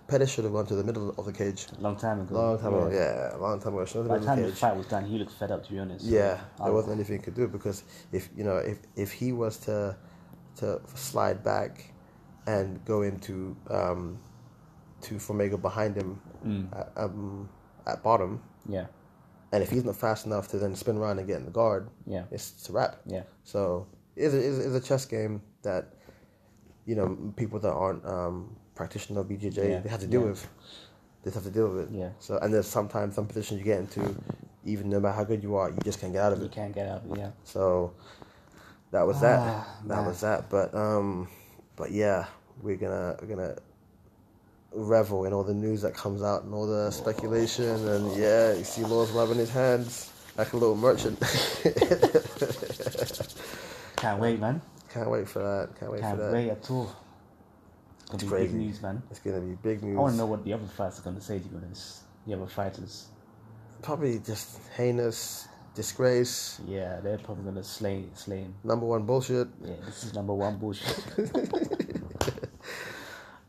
A: Pettis should have gone to the middle of the cage.
B: Long time ago.
A: Long time ago. Yeah, long time ago. Should have
B: Mm, By
A: gone to the middle
B: the time
A: of
B: the
A: the cage.
B: fight was done, he looked fed up. To be honest.
A: Yeah,
B: I-
A: there wasn't anything he could do because if you know if if he was to to slide back and go into um to Formiga behind him
B: Mm.
A: uh, um at bottom,
B: Yeah.
A: and if he's not fast enough to then spin around and get in the guard,
B: Yeah.
A: it's, it's a wrap.
B: Yeah.
A: So it's a, it's, a- it's a chess game that you know people that aren't um, practitioner of BJJ
B: Yeah,
A: they have to deal
B: yeah.
A: with. They just have to deal with it.
B: Yeah.
A: So and there's sometimes some positions you get into, even no matter how good you are, you just can't get out of
B: You
A: it.
B: can't get out. Yeah.
A: So that was that.
B: Ah,
A: that
B: man.
A: was that. But um, but yeah, we're gonna we're gonna revel in all the news that comes out and all the speculation and yeah, you see Laws rubbing his hands like a little merchant. [laughs]
B: Can't wait, man.
A: Can't wait for that. Can't wait
B: Can't
A: for that.
B: wait at all. It's gonna be
A: crazy.
B: big news, man.
A: It's gonna be big news.
B: I want to know what the other fighters are gonna say. To be honest, the other fighters.
A: Probably just heinous disgrace.
B: Yeah, they're probably gonna slay, slay him.
A: Number one bullshit.
B: Yeah, this is number one
A: [laughs]
B: bullshit.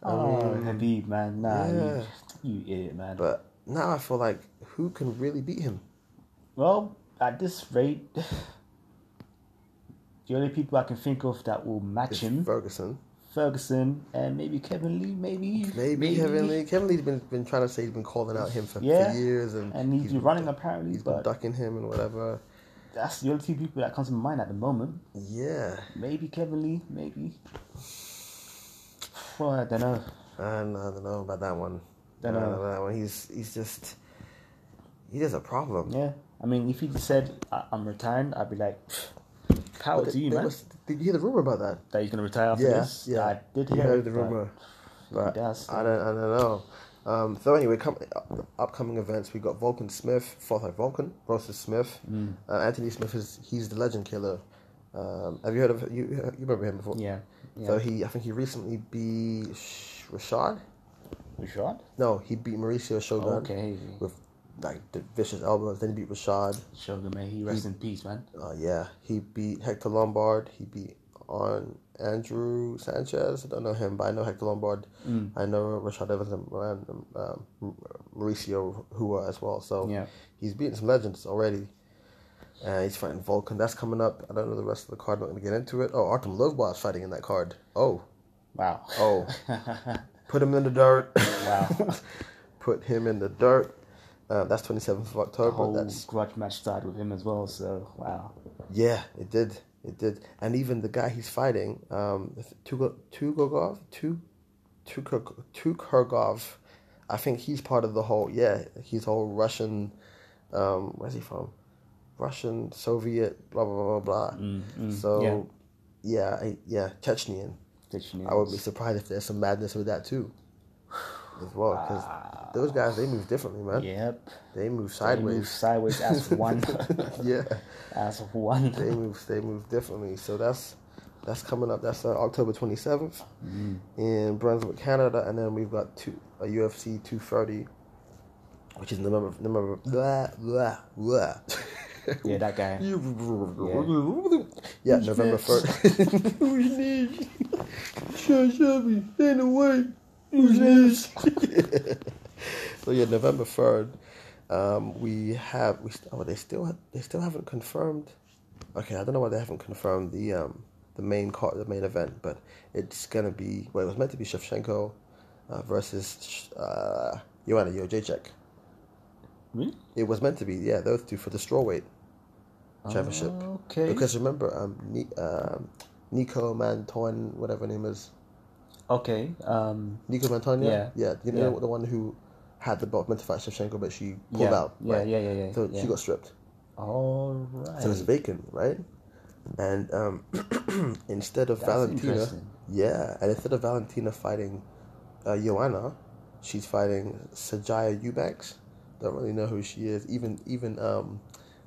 B: oh, Habib, man, nah,
A: yeah.
B: you, you idiot, man.
A: But now I feel like who can really beat him?
B: well, at this rate, [sighs] the only people I can think of that will match him
A: Ferguson.
B: Ferguson and maybe Kevin Lee, maybe
A: Maybe, Kevin Lee. Kevin Lee's been been trying to say he's been calling out him for,
B: Yeah,
A: for years, and,
B: and he's been running apparently,
A: He's been
B: but-
A: ducking him and whatever.
B: That's the only two people that comes to mind at the moment.
A: Yeah,
B: Maybe Kevin Lee, maybe. Well, I don't know.
A: I don't, I don't know about that one.
B: Don't
A: I
B: know.
A: about that one. He's he's just he has a problem.
B: Yeah, I mean, if he just said I- I'm retiring, I'd be like, power
A: But
B: to you,
A: there
B: man.
A: was- did you hear the rumor about that?
B: that he's gonna retire after
A: Yeah,
B: this.
A: yeah.
B: I did
A: You
B: hear
A: heard
B: it,
A: the
B: but
A: rumor. But
B: does.
A: I don't, I don't know. Um, so anyway, com- upcoming events we got Vulcan Smith, fought by Vulcan versus Smith.
B: Mm.
A: Uh, Anthony Smith is he's the legend killer. Um, have you heard of you? You remember him before?
B: Yeah, yeah.
A: So he, I think he recently beat Sh- Rashad.
B: Rashad?
A: No, he beat Mauricio Shogun.
B: Okay.
A: With like the vicious elbows. Then he beat Rashad.
B: Shogun, man, he rests in peace, man.
A: Uh, yeah, he beat Hector Lombard. He beat on Andrew Sanchez. I don't know him, but I know Hector Lombard.
B: Mm.
A: I know Rashad Evans and um, um, Mauricio Hua as well. So
B: Yeah.
A: he's beaten some legends already. Uh, he's fighting Vulcan. That's coming up. I don't know the rest of the card. I'm not going to get into it. Oh, Artem Lovba is fighting in that card. Oh,
B: Wow. [laughs]
A: oh. Put him in the dirt.
B: Wow.
A: [laughs] Put him in the dirt. Uh, that's 27th of October.
B: Whole
A: That's
B: grudge match started with him as well, so wow.
A: Yeah, it did. It did. And even the guy he's fighting, um, Tugo- Tugogov, Tu- Tukor- Tukurgov, I think he's part of the whole, yeah, he's whole Russian, um, where's he from? Russian, Soviet, blah, blah, blah, blah. blah. so, Mm, yeah, I, yeah, Chechnyan.
B: Dictionary.
A: I would be surprised if there's some madness with that too. As well, because those guys, they move differently, man.
B: Yep.
A: They move
B: They move
A: sideways.
B: sideways as one.
A: [laughs] yeah.
B: [laughs] as one.
A: they move they move differently. So that's that's coming up. That's uh, October twenty seventh in Brunswick, Canada, and then we've got two a UFC two thirty, which is November November. Blah, blah, blah.
B: Yeah, that guy.
A: Yeah, November first. [laughs] Who's next? Show me in the way. Who's next? [laughs] so yeah, November third. Um, we have we st- oh, they still ha- they still haven't confirmed. Okay, I don't know why they haven't confirmed the um the main card the main event, but it's gonna be well it was meant to be Shevchenko uh, versus uh Joanna Jacek.
B: Really?
A: It was meant to be yeah those two for the strawweight championship.
B: Okay.
A: Because remember, um, Ni- um, Nico Manton, whatever her name is,
B: okay. Um.
A: Nico Manton, yeah,
B: Yeah.
A: yeah, you know
B: Yeah.
A: the one who had the belt meant to fight Shevchenko, but she pulled
B: Yeah.
A: out,
B: Yeah,
A: right?
B: yeah, yeah, yeah,
A: So
B: yeah.
A: she got stripped,
B: All
A: so it's
B: right.
A: vacant, right? And um, [clears throat] instead of Valentina,
B: interesting.
A: yeah, and instead of Valentina fighting uh, Joanna, she's fighting Sajaya Eubanks. Don't really know who she is. Even even um,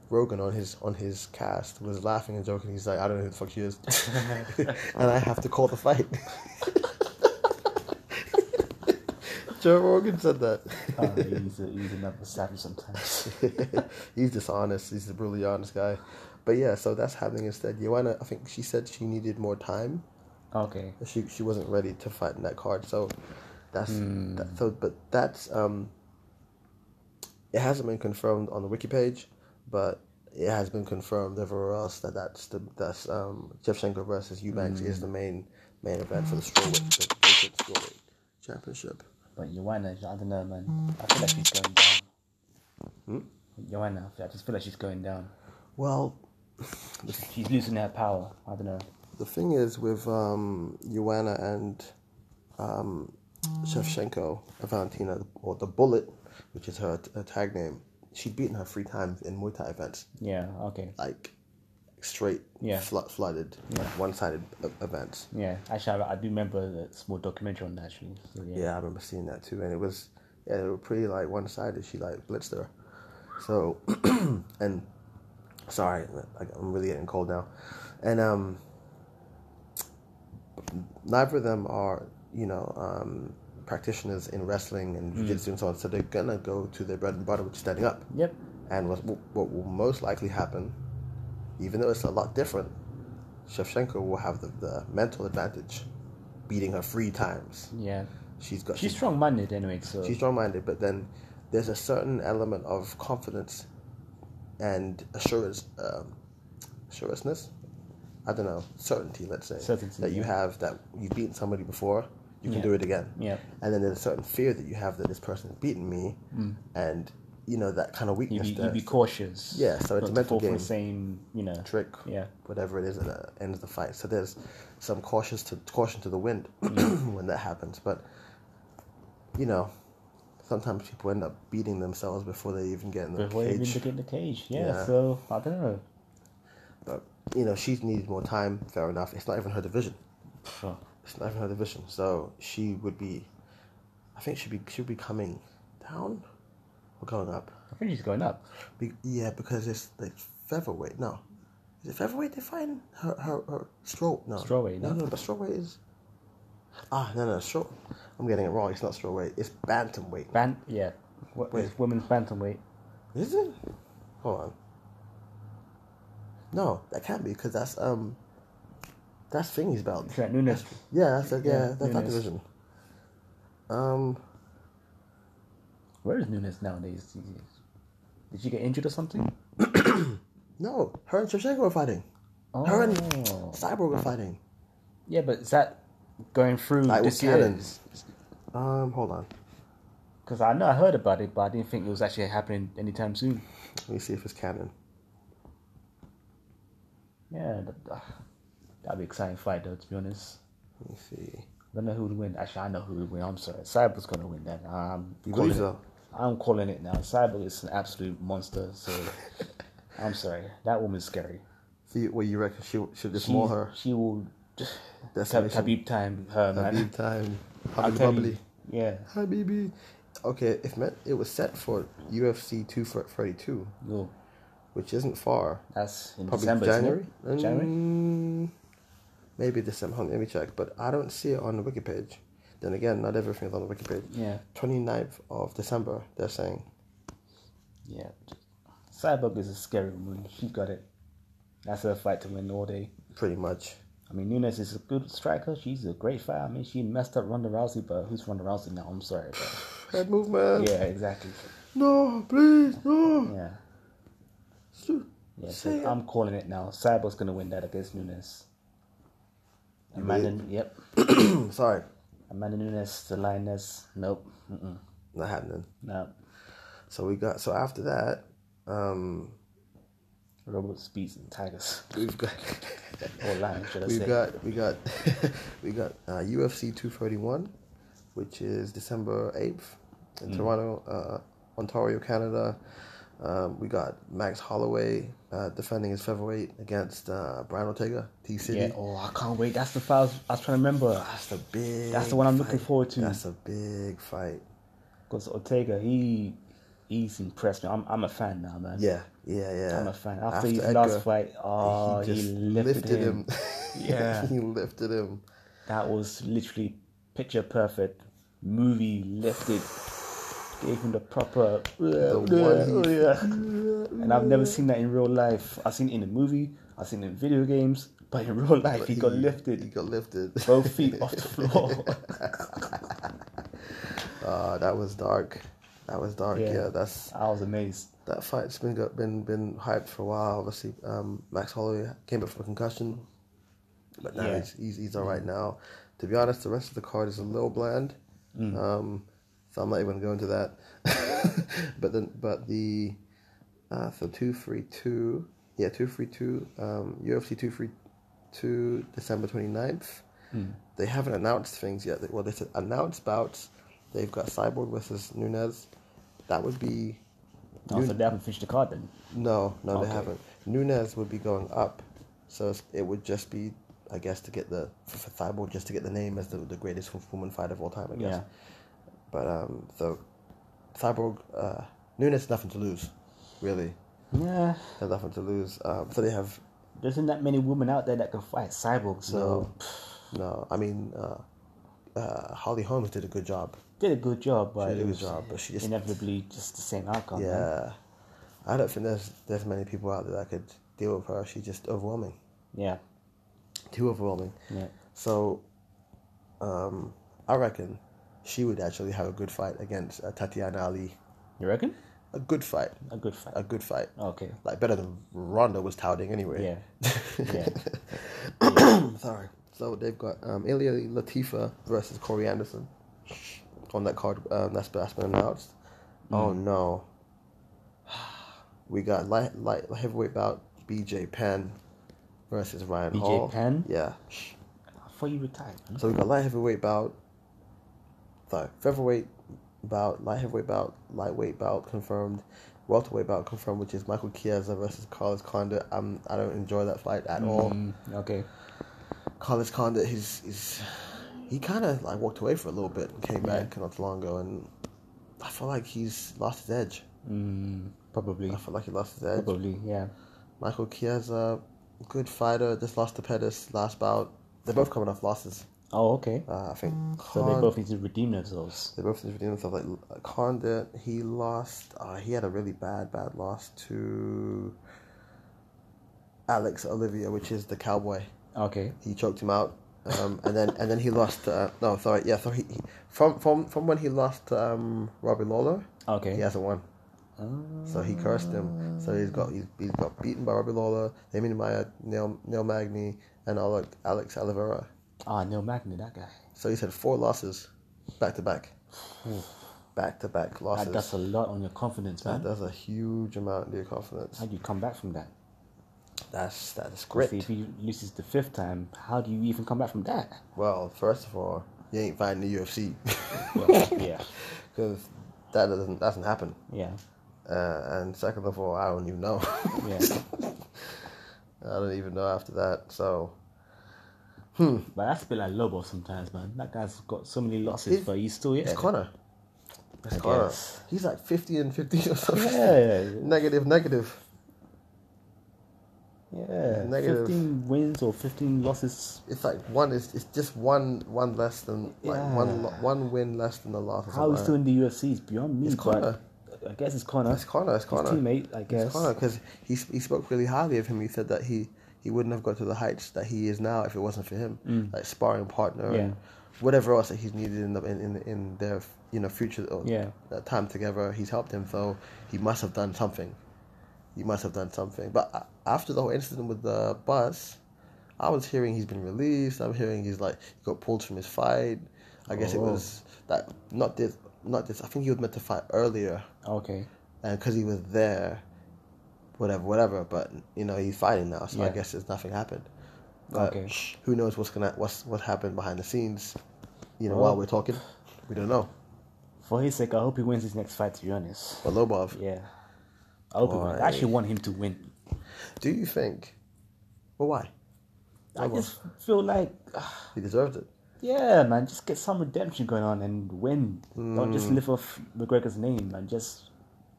A: Rogan on his on his cast was laughing and joking. He's like, I don't know who the fuck she is, [laughs] and I have to call the fight. [laughs] Joe Rogan said that. [laughs]
B: Oh, he's, a, he's another savage sometimes. [laughs]
A: he's dishonest. He's a brutally honest guy. But yeah, so that's happening instead. Joanna, I think she said she needed more time.
B: Okay.
A: She she wasn't ready to fight in that card. So that's that, so. But that's um. It hasn't been confirmed on the wiki page, but it has been confirmed everywhere else that that's the that's um Shevchenko versus Eubanks is the main main event for the strawweight the vacant strawweight championship.
B: But Joanna, I don't know, man. I feel like she's going down.
A: Hmm?
B: Joanna, I just feel like she's going down.
A: Well,
B: She's losing her power. I don't know.
A: the thing is with um, Joanna and um, Shevchenko, Valentina, or the Bullet, which is her, her tag name, she'd beaten her three times in Muay Thai events,
B: Yeah. Okay.
A: like straight,
B: Yeah.
A: flo- flooded, like one-sided e- events.
B: Yeah. Actually, I, I do remember a small documentary on that. Actually. So, yeah.
A: Yeah, I remember seeing that too, and it was yeah, they were pretty like one-sided. She like blitzed her, so [clears throat] and sorry, I- I'm really getting cold now, and um, neither of them are you know um practitioners in wrestling and jiu-jitsu and so on, so they're gonna go to their bread and butter, which is standing up,
B: Yep.
A: and what what will most likely happen, even though it's a lot different, Shevchenko will have the, the mental advantage, beating her three times.
B: Yeah.
A: She's got
B: She's strong-minded anyway, so
A: she's strong-minded, but then there's a certain element of confidence and assurance, um, assuranceness. I don't know, certainty. Let's say
B: Certainty,
A: that you
B: yeah.
A: have that you've beaten somebody before, you can
B: Yeah.
A: do it again.
B: Yeah.
A: And then there's a certain fear that you have that this person has beaten me, and you know that kind of
B: Mm. you
A: weakness.
B: be, you
A: that
B: be cautious.
A: uh, Yeah, so it's a
B: not to
A: mental
B: fall for
A: game.
B: the same, you know.
A: trick,
B: Yeah.
A: whatever it is at the end of the fight. So there's some cautious to caution to the wind [clears throat] when that happens. But you know, sometimes people end up beating themselves before they even get in the
B: Before you
A: cage.
B: even get in the cage. Yeah,
A: Yeah.
B: So I don't know.
A: But you know, she's needed more time. Fair enough. It's not even her division.
B: Pff,
A: It's not even her division. So she would be, I think she'd be she'd be coming down or going up.
B: I think she's going up.
A: Be- yeah, because it's like featherweight. No, is it featherweight? They find her her, her straw. No,
B: Strawweight,
A: No,
B: no?
A: no, but strawweight is. Ah, no, no, straw. I'm getting it wrong. It's not strawweight. It's bantamweight.
B: Ban. Yeah. What is women's bantamweight?
A: Is it? Hold on. No, that can't be because that's um. That's thingy's belt.
B: It's like Nunes.
A: Yeah, that's yeah,
B: Yeah,
A: that's that
B: Nunes.
A: division. Um,
B: Where is Nunes nowadays? Did she get injured or something?
A: no, her and Shevchenko are fighting.
B: Oh.
A: Her and Cyborg are fighting.
B: Yeah, but is that going through
A: Like with
B: this year?
A: cannons. Um, hold on.
B: Because I know I heard about it, but I didn't think it was actually happening anytime soon.
A: Let me see if it's canon.
B: Yeah, that, uh, that'd be an exciting fight though. To be honest,
A: Let me see.
B: I don't know who would win. Actually, I know who would win. I'm sorry, Cyber's gonna win that. I'm
A: You
B: calling
A: believe
B: it.
A: so?
B: I'm calling it now. Cyber is an absolute monster. So I'm sorry, that woman's scary.
A: So you, what you reckon she should just
B: She,
A: maul her?
B: she will.
A: Decimation.
B: Khabib time, her man.
A: Habib time.
B: I'm
A: Habib
B: telling you.
A: bubbly.
B: Yeah,
A: Habibi. Okay, if meant it was set for UFC two for thirty two,
B: no,
A: which isn't far.
B: that's in
A: Probably
B: December. isn't
A: January.
B: it? January.
A: Mm, maybe December. Hold on, Let me check. But I don't see it on the wiki page. Then again, not everything's on the wiki page.
B: Yeah.
A: 29th of December, they're saying.
B: Yeah. Cyborg is a scary woman. She's got it. That's her fight to win all day.
A: Pretty much.
B: I mean, Nunes is a good striker. She's a great fighter. I mean, she messed up Ronda Rousey, but who's Ronda Rousey now? I'm sorry.
A: [laughs]
B: But
A: Head movement.
B: yeah, exactly.
A: No, please, no.
B: Yeah.
A: Shoot.
B: Yeah, so
A: Say it.
B: I'm calling it now. Cyborg's going to win that against Nunes. Amanda, yep.
A: [clears throat]
B: um,
A: Sorry.
B: Amanda Nunes, the lioness. Nope. Mm-mm.
A: Not happening.
B: No.
A: So we got so after that, um,
B: Robert Speeds and Tigers. [laughs]
A: we've got
B: Or lions, should I
A: we've
B: say.
A: got we got [laughs] we got uh, UFC two thirty one, which is December eighth
B: Mm.
A: in Toronto, uh, Ontario, Canada. Um, we got Max Holloway uh, defending his featherweight against uh, Brian Ortega, T City.
B: yeah. Oh, I can't wait. That's the fight I was, I was trying to remember.
A: That's a big.
B: That's the one I'm looking
A: fight.
B: forward to.
A: That's a big fight.
B: Because Ortega, he he's impressed me. I'm I'm a fan now, man.
A: Yeah, yeah, yeah.
B: I'm a fan. After, his last fight, oh, he, lifted, him.
A: [laughs]
B: Yeah.
A: he lifted him.
B: That was literally picture perfect, movie lifted. gave him the proper.
A: one-
B: and I've never seen that in real life. I've seen it in a movie. I've seen it in video games, but in real life, he got
A: He
B: lifted,
A: got lifted. [laughs]
B: both feet [laughs] off the floor.
A: Uh, that was dark. That was dark. Yeah,
B: Yeah.
A: that's
B: I was amazed.
A: that fight's been got, been been hyped for a while. Obviously, um, Max Holloway came back from a concussion, but now
B: Yeah.
A: he's, he's he's all right now. To be honest, the rest of the card is a little bland. Um, so I'm not even going to go into that. [laughs] but then, but the uh, so two three two yeah two three two um, UFC two three two December 29th. They haven't announced things yet. Well, they said announced bouts. They've got Cyborg versus Nunez. That would be
B: Oh, so they haven't finished the card then.
A: no, no, they
B: Okay.
A: haven't. Nunez would be going up, so it's- it would just be, I guess, to get the for, for Cyborg just to get the name as the, the greatest woman fighter of all time. I guess.
B: Yeah.
A: But um, so Cyborg uh, Nunez nothing to lose, really.
B: Yeah,
A: There's nothing to lose. Um, so they have
B: there isn't that many women out there that can fight Cyborg, so
A: no, no. I mean, uh, uh, Holly Holmes did a good job.
B: did a good job, but
A: She did a
B: it
A: good
B: was
A: job, but she just
B: inevitably just the same outcome. man.
A: yeah. I don't think there's there's many people out there that could deal with her. She's just overwhelming,
B: yeah,
A: too overwhelming.
B: yeah.
A: So, um, I reckon she would actually have a good fight against uh, Tatiana Ali.
B: You reckon?
A: A good fight.
B: A good fight.
A: A good fight. [laughs]
B: Okay.
A: Like better than Ronda was touting anyway. [laughs]
B: Yeah. Yeah.
A: Sorry. So they've got um, Ilya Latifa versus Corey Anderson on that card. Um, that's, that's been announced.
B: Mm.
A: Oh no. [sighs] We got light, light heavyweight bout BJ Penn versus Ryan
B: BJ
A: Hall.
B: Penn?
A: Yeah.
B: I thought you retired. man.
A: So we got light heavyweight bout, sorry, featherweight bout, light heavyweight bout, lightweight bout confirmed, welterweight bout confirmed, which is Michael Chiesa versus Carlos Condit. Um, I don't enjoy that fight at all.
B: Mm, okay.
A: Carlos Condit, he's, he's he kind of like walked away for a little bit and came back not too long ago, and I feel like he's lost his edge.
B: Mm, probably.
A: I feel like he lost his edge.
B: Probably. Yeah.
A: Michael Chiesa, good fighter, just lost to Pettis last bout. They're both coming off losses.
B: Oh, okay.
A: Uh, I think.
B: So they
A: Con-
B: both need to redeem themselves.
A: They both did redeem themselves. Like Condit, he lost. Uh, he had a really bad, bad loss to Alex Olivia, which is the cowboy.
B: Okay.
A: He choked him out, um, and then and then he lost. Uh, no, sorry, yeah. So he, he from from from when he lost to, um, Robbie Lawler,
B: Okay.
A: he hasn't won. So he cursed him. So he's got he's, he's got beaten by Robbie Lawler, Damien Maya, Neil Neil Magny, and Alex Alex Oliveira.
B: Ah, Neil Magny, that guy.
A: So he's had four losses, back to
B: [sighs]
A: back, back to back losses.
B: That, that's a lot on your confidence, man.
A: That's a huge amount of your confidence.
B: How do you come back from that?
A: That's that's great.
B: See, if he loses the fifth time, how do you even come back from that?
A: Well, first of all, you ain't fighting the [laughs] UFC
B: Well, yeah.
A: because that doesn't doesn't happen.
B: [laughs] Yeah.
A: Uh, and second of all, I don't even know. [laughs]
B: Yeah.
A: I don't even know after that. So
B: But that's a bit like Lobo sometimes, man. That guy's got so many losses,
A: He's-
B: but he's still here.
A: it's Connor. It's
B: I
A: Connor.
B: guess.
A: He's like fifty and fifty or something.
B: Yeah.
A: [laughs] Negative, negative.
B: Yeah.
A: Negative.
B: 15 wins or 15 losses.
A: It's like one is it's just one one less than like one
B: Yeah.
A: lo- one win less than the last. or
B: How he's
A: something
B: still in the UFC is beyond me.
A: It's Connor.
B: But I guess it's Connor.
A: It's Connor. It's Connor.
B: teammate, I guess.
A: It's Connor because he he spoke really highly of him. He said that he he wouldn't have got to the heights that he is now if it wasn't for him, like sparring partner
B: Mm. Yeah.
A: and whatever else that he's needed in the, in, in in their you know future or
B: Yeah.
A: that time together. He's helped him, so he must have done something. He must have done something. But a- after the whole incident with the bus, I was hearing he's been released. I'm hearing he's like he got pulled from his fight. I guess it
B: Oh.
A: was that not this not this. I think he was meant to fight earlier
B: Oh, Okay.
A: and because he was there, whatever, whatever. But you know, he's fighting now, so I
B: Yeah.
A: guess there's nothing happened. But
B: Okay.
A: who knows what's gonna what's what happened behind the scenes? You know,
B: Well-
A: while we're talking, we don't know.
B: For his sake, I hope he wins his next fight, to be honest.
A: But Lobov,
B: Yeah. I hope he wins. I actually
A: Why?
B: want him to win.
A: do you think? Well, why?
B: I just feel like, ah,
A: He deserved it.
B: yeah, man, just get some redemption going on and win. Don't just live off McGregor's name, man. Just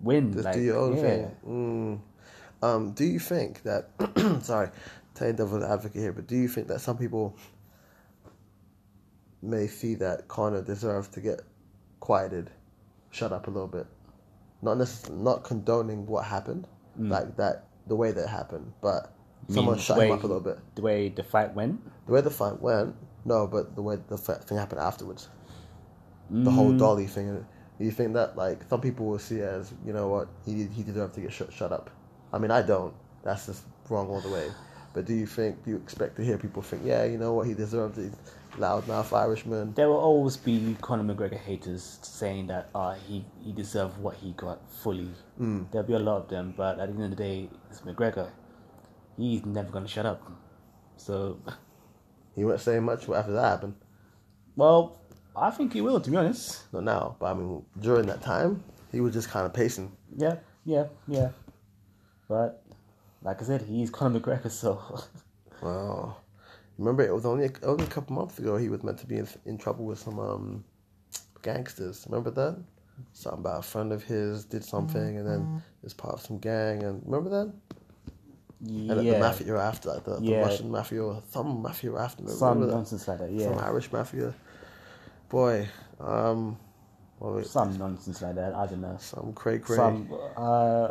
B: win.
A: Hmm. Just
B: Mm, like,
A: do your own
B: yeah.
A: thing. Mm. Um, do you think that? [clears throat] sorry, playing devil's advocate here, but do you think that some people may see that Connor deserved to get quieted, shut up a little bit. Not necess- not condoning what happened, like that the way that it happened, but someone
B: Mm. mean,
A: shut
B: way
A: him up a little bit.
B: The way the fight went.
A: The way the fight went, no, but the way the fa- thing happened afterwards, the whole Dolly thing. Do you think that like some people will see it as you know what he he deserved to get shut shut up? I mean, I don't. That's just wrong all the way. But do you think do you expect to hear people think, yeah, you know what he deserved? it, loudmouth Irishman.
B: There will always be Conor McGregor haters saying that uh, he he deserved what he got fully.
A: Hmm.
B: Mm. There'll be a lot of them, but at the end of the day, it's McGregor. He's never gonna shut up. So, [laughs]
A: He won't say much after that happened.
B: well, I think he will. To be honest,
A: Not now, but I mean during that time, he was just kind of pacing.
B: yeah, yeah, yeah. But like I said, he's Conor McGregor, [laughs] so
A: Wow. Remember, it was only a, only a couple months ago he was meant to be in, in trouble with some um, gangsters. Remember that? Something about a friend of his did something and
B: Mm-hmm.
A: then is part of some gang. And remember that?
B: yeah,
A: And the mafia were after, like the, the
B: Yeah.
A: Russian mafia or some mafia were after. Remember
B: some
A: that?
B: nonsense like that. Yeah,
A: Some Irish mafia. Boy, um, what was it?
B: some nonsense like that. I don't know.
A: some cray cray.
B: Some uh,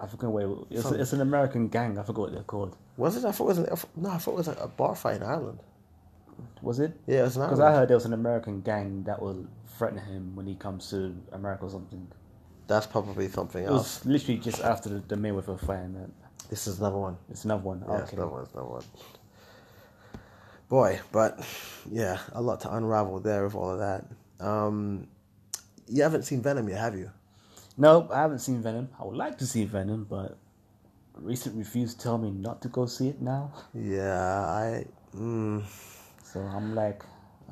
B: I forgot where it's, it's an American gang. I forgot what they're called.
A: Was it? I thought it was an, no. I thought it was like a bar fight in Ireland.
B: Was it?
A: Yeah, it was an
B: Because
A: Ireland.
B: I heard there was an American gang that will threaten him when he comes to America or something.
A: That's probably something
B: It
A: else.
B: was literally just after the, the Mayweather fight. And that.
A: This is another one.
B: It's another one. Oh,
A: Yeah,
B: okay.
A: it's another one. It's another one. Boy, but yeah, a lot to unravel there with all of that. Um, you haven't seen Venom yet, have you?
B: No, I haven't seen Venom. I would like to see Venom, but recent reviews tell me not to go see it now. [laughs]
A: Yeah, I. Mm,
B: So I'm like,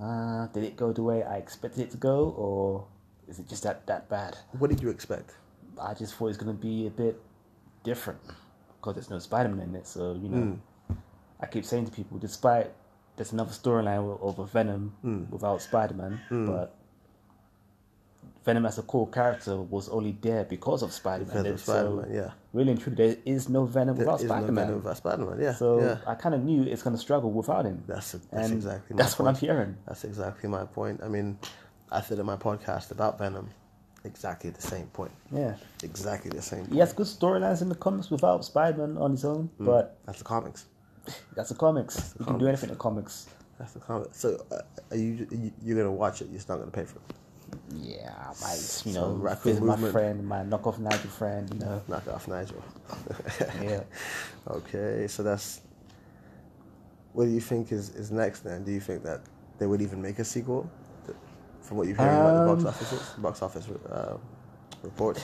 B: uh, did it go the way I expected it to go, or is it just that that bad?
A: what did you expect?
B: I just thought it was gonna be a bit different because there's no Spider-Man in it. So you know,
A: Hmm.
B: I keep saying to people, despite there's another storyline with- over Venom
A: Hmm.
B: without Spider-Man, but Venom as a core character was only there because of Spider-Man.
A: Because of
B: And so
A: Spider-Man, yeah.
B: Really and truly, there is no Venom
A: There
B: without
A: is no
B: Spider-Man.
A: Venom without Spider-Man, yeah.
B: So
A: yeah.
B: I kind of knew it's gonna struggle without him.
A: That's- that's
B: And
A: exactly my
B: that's what I'm
A: point.
B: hearing.
A: That's exactly my point. I mean, I said in my podcast about Venom, exactly the same point.
B: Yeah.
A: Exactly the same.
B: He has good storylines in the comics without Spider-Man on his own,
A: Hmm.
B: but
A: That's the comics.
B: that's the comics. You can do anything in the comics.
A: That's the comics. So, uh, are you, you you're gonna watch it? You're just not gonna pay for it.
B: Yeah, I might,
A: So,
B: you know,
A: Raccoon
B: visit my
A: Movement.
B: friend, my knockoff Nigel friend, you know.
A: Knock off Nigel. [laughs]
B: Yeah.
A: Okay, so that's. What do you think is, is next then? Do you think that they would even make a sequel? Th- From what you're hearing about the box
B: Um,
A: office, box office uh, reports.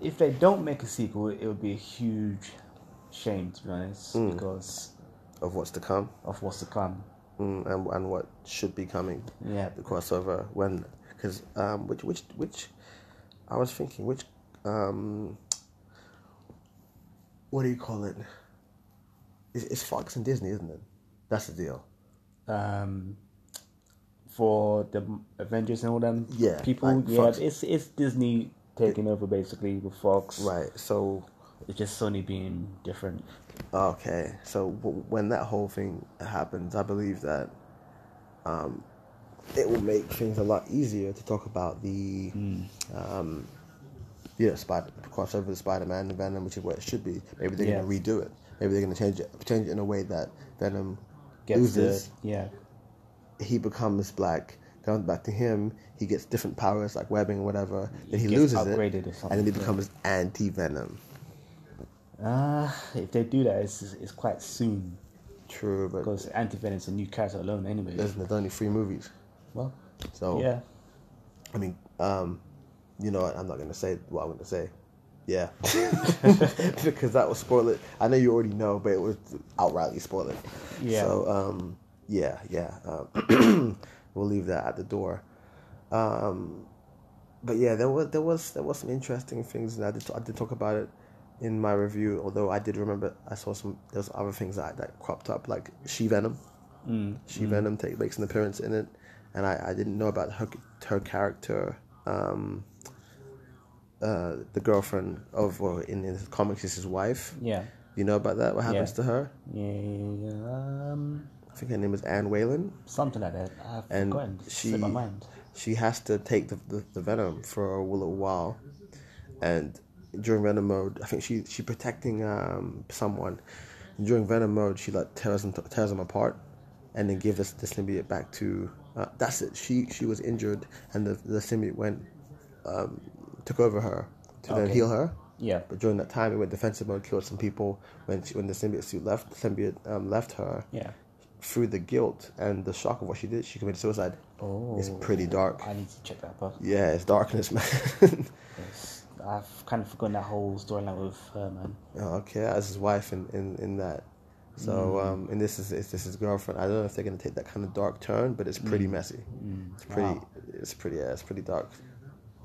B: If they don't make a sequel, it would be a huge shame, to be honest,
A: Hmm.
B: because
A: of what's to come
B: of what's to come.
A: mm, and and what should be coming.
B: Yeah.
A: the crossover when because um which which which I was thinking which um what do you call it? It's, it's Fox and Disney, isn't it? That's the deal.
B: Um, for the Avengers and all them
A: Yeah,
B: people,
A: like
B: yeah,
A: Fox.
B: it's it's Disney taking over basically with Fox.
A: Right. So
B: It's just Sony being different.
A: Okay, so w- when that whole thing happens, I believe that um, it will make things a lot easier to talk about the,
B: Hmm.
A: um, you know, spider crossover with Spider-Man and Venom, which is what it should be. Maybe they're
B: Yeah.
A: gonna redo it. Maybe they're gonna change it, change it in a way that Venom
B: Gets the,
A: loses.
B: yeah.
A: He becomes black. Comes back to him. He gets different powers like webbing or whatever. Then he,
B: gets
A: loses
B: upgraded or
A: it, and
B: something,
A: then he
B: yeah.
A: becomes anti-Venom.
B: Uh, if they do that, it's, it's quite soon.
A: True, but
B: Because Anti Venom's a new character alone, anyway.
A: there's there's only three movies,
B: Well,
A: so
B: yeah.
A: I mean, um, you know, what, I'm not gonna say what I'm gonna say.
B: [laughs]
A: Yeah, [laughs] because that will spoil it. I know you already know, but it was outrightly spoil it.
B: Yeah.
A: So, um, yeah, yeah. Um, [clears throat] we'll leave that at the door. Um, but yeah, there was there was there was some interesting things, and I did I did talk about it in my review. Although I did remember I saw some there's other things that that cropped up, like she venom. She Venom take, makes an appearance in it, and I, I didn't know about her her character, um, uh, the girlfriend of well in, in the comics is his wife.
B: Yeah.
A: You know about that? What happens
B: Yeah.
A: to her?
B: Yeah. Um,
A: I think her name is Anne Whalen.
B: something like that. I've
A: And
B: forgotten. It's
A: she-
B: in my mind.
A: she has to take the, the, the venom for a little while, and during venom mode, I think she she protecting um someone. During venom mode, she like tears them tears them apart, and then gives this the symbiote back to. Uh, that's it. She she was injured, and the the symbiote went, um, took over her to then
B: Okay.
A: heal her.
B: Yeah.
A: But during that time, it went defensive mode, killed some people. When she, when the symbiote suit left, the symbiote um, left her.
B: Yeah.
A: Through the guilt and the shock of what she did, she committed suicide. it's
B: Oh.
A: pretty dark.
B: I need to check that out.
A: Yeah, it's darkness, [laughs] man.
B: Yes. I've kind of forgotten that whole storyline with her, man.
A: okay, that's his wife in, in, in that.
B: Mm.
A: So um, and this is it's, this is his girlfriend. I don't know if they're gonna take that kind of dark turn, but it's pretty messy. It's pretty.
B: Mm. Wow.
A: It's pretty. Yeah, it's pretty dark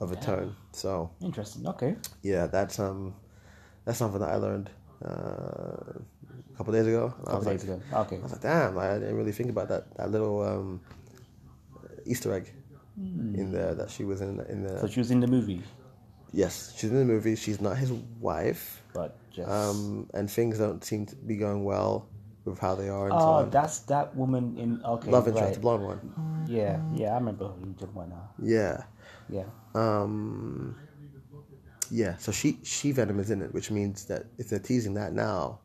A: of a turn. So
B: Interesting. Okay.
A: yeah, that's um, that's something that I learned uh, a couple days ago. and I
B: Couple
A: was
B: days
A: like,
B: ago. Okay.
A: I was like, damn, I didn't really think about that that little um, Easter egg in there that she was in in the.
B: Mm. So she was in the movie,
A: yes, she's in the movie. She's not his wife,
B: but just.
A: um, and things don't seem to be going well with how they are and so
B: oh,
A: on.
B: that's that woman in. Okay.
A: Love interest,
B: right.
A: the blonde one.
B: Yeah. Yeah. I remember who you talking about now.
A: Yeah,
B: Yeah.
A: um, yeah. So she she venom is in it, which means that if they're teasing that now,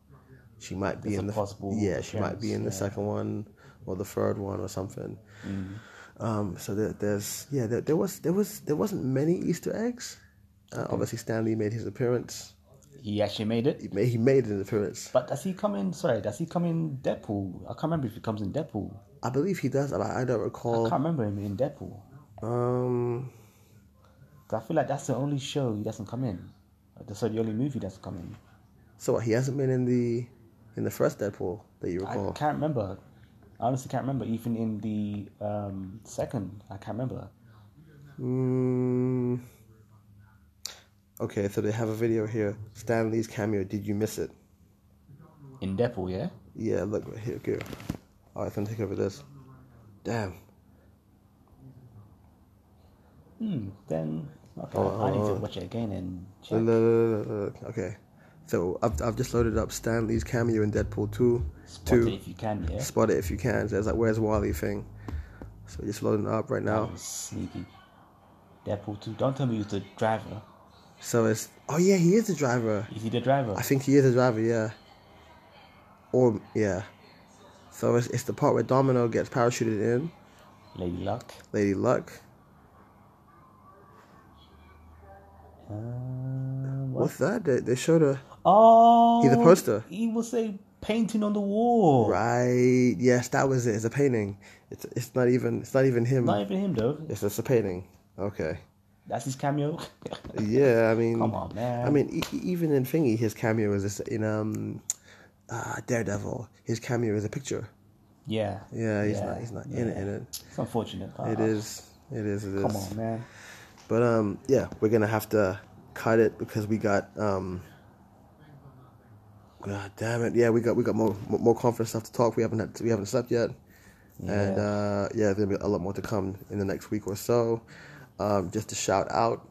A: she might be
B: There's
A: in
B: a
A: the
B: possible
A: yeah she might be in the
B: appearance, yeah. Mm.
A: second one or the third one or something. Um, so there, there's yeah there, there was there was there wasn't many Easter eggs. Uh, Obviously, Stanley made his appearance.
B: He actually made it.
A: He made, he made an appearance.
B: But does he come in? Sorry, does he come in Deadpool? I can't remember if he comes in Deadpool.
A: I believe he does. but I don't
B: I
A: recall.
B: can't remember him in Deadpool.
A: Um,
B: 'Cause I feel like that's the only show he doesn't come in. That's the only movie he doesn't come in.
A: so what, he hasn't been in the in the first Deadpool that you
B: I
A: recall.
B: can't remember. I honestly can't remember. Even in the um, second, I can't remember.
A: Mm, okay, so they have a video here. Stan Lee's cameo. Did you miss it?
B: In Deadpool, yeah?
A: Yeah, look right here. Go. All right, then take over this. Damn.
B: Hmm, then, okay.
A: Oh,
B: I need to
A: oh, oh.
B: watch it again and check.
A: Look, look, look, look, look. Okay, so I've I've just loaded up Stan Lee's cameo in Deadpool two.
B: Spot it
A: Two.
B: if you can, yeah?
A: Spot it if you can. So it's like where's Wally thing. So just loading it up right now.
B: Sneaky. Deadpool 2. Don't tell me he's the driver.
A: So it's oh yeah, he is the driver.
B: Is he the driver?
A: I think he is a driver, yeah. Or yeah. So it's it's the part where Domino gets parachuted in,
B: Lady Luck.
A: Lady Luck.
B: Uh, what?
A: What's that? They, they showed her.
B: Oh,
A: He's a poster.
B: He was a painting on the wall.
A: Right. Yes, that was it. It's a painting. It's it's not even it's not even him.
B: Not even him though.
A: It's just a painting. Okay.
B: That's his cameo. [laughs]
A: Yeah, I mean
B: Come on, man.
A: I mean e- e- even in Thingy his cameo is this in um uh, Daredevil. His cameo is a picture.
B: yeah.
A: Yeah, he's not he's not in it in
B: yeah.
A: it.
B: It's unfortunate. Uh,
A: It is. It is. It is.
B: Come on, man.
A: But um, yeah, we're gonna have to cut it because we got um. God damn it! Yeah, we got we got more more more conference stuff to talk. We haven't had we haven't slept yet, and
B: Yeah.
A: uh, yeah, there's gonna be a lot more to come in the next week or so. Um, just to shout out,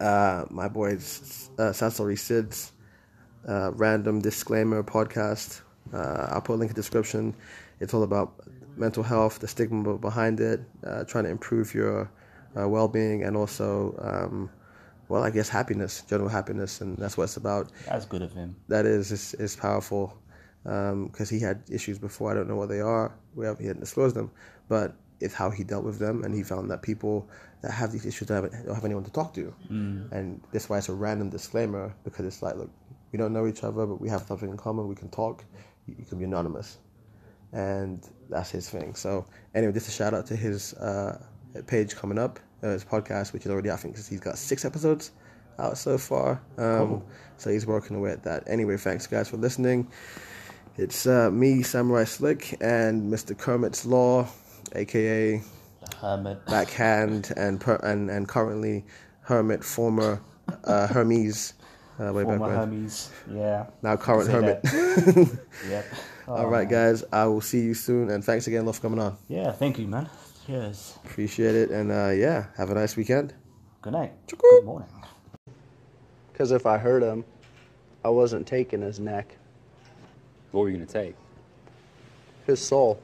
A: uh, my boys, uh, Sassori Sids, uh, Random Disclaimer Podcast. Uh, I'll put a link in the description. It's all about mental health, the stigma behind it, uh, trying to improve your uh, well being and also, um, well, I guess happiness, general happiness. And that's what it's about.
B: That's good of him.
A: That is, is, is powerful because he had issues before. I don't know what they are. Well, he hadn't disclosed them, but it's how he dealt with them. And he found that people that have these issues don't have, don't have anyone to talk to. Mm. And that's why it's a random disclaimer because it's like, look, we don't know each other, but we have something in common. We can talk. You, you can be anonymous. And that's his thing. So, anyway, just a shout out to his uh, page coming up, uh, his podcast, which is already, I think, 'cause he's got six episodes out so far. Um, So, he's working away at that. Anyway, thanks, guys, for listening. It's uh, me, Samurai Slick, and Mr. Kermit's Law, aka
B: The hermit.
A: Backhand, and per- and and currently Hermit, former uh, Hermes, uh, way
B: Former
A: back when.
B: Hermes. Yeah.
A: Now current
B: Say Oh.
A: Hermit.
B: Yep.
A: [laughs] All right, guys, I will see you soon, and thanks again, love, for coming on.
B: Yeah. Thank you, man. Cheers.
A: Appreciate it, and uh, yeah, have a nice weekend.
B: Good night.
A: Chukoo.
B: Good morning.
D: Because if I hurt him, I wasn't taking his neck,
E: What were you gonna take?
D: his soul.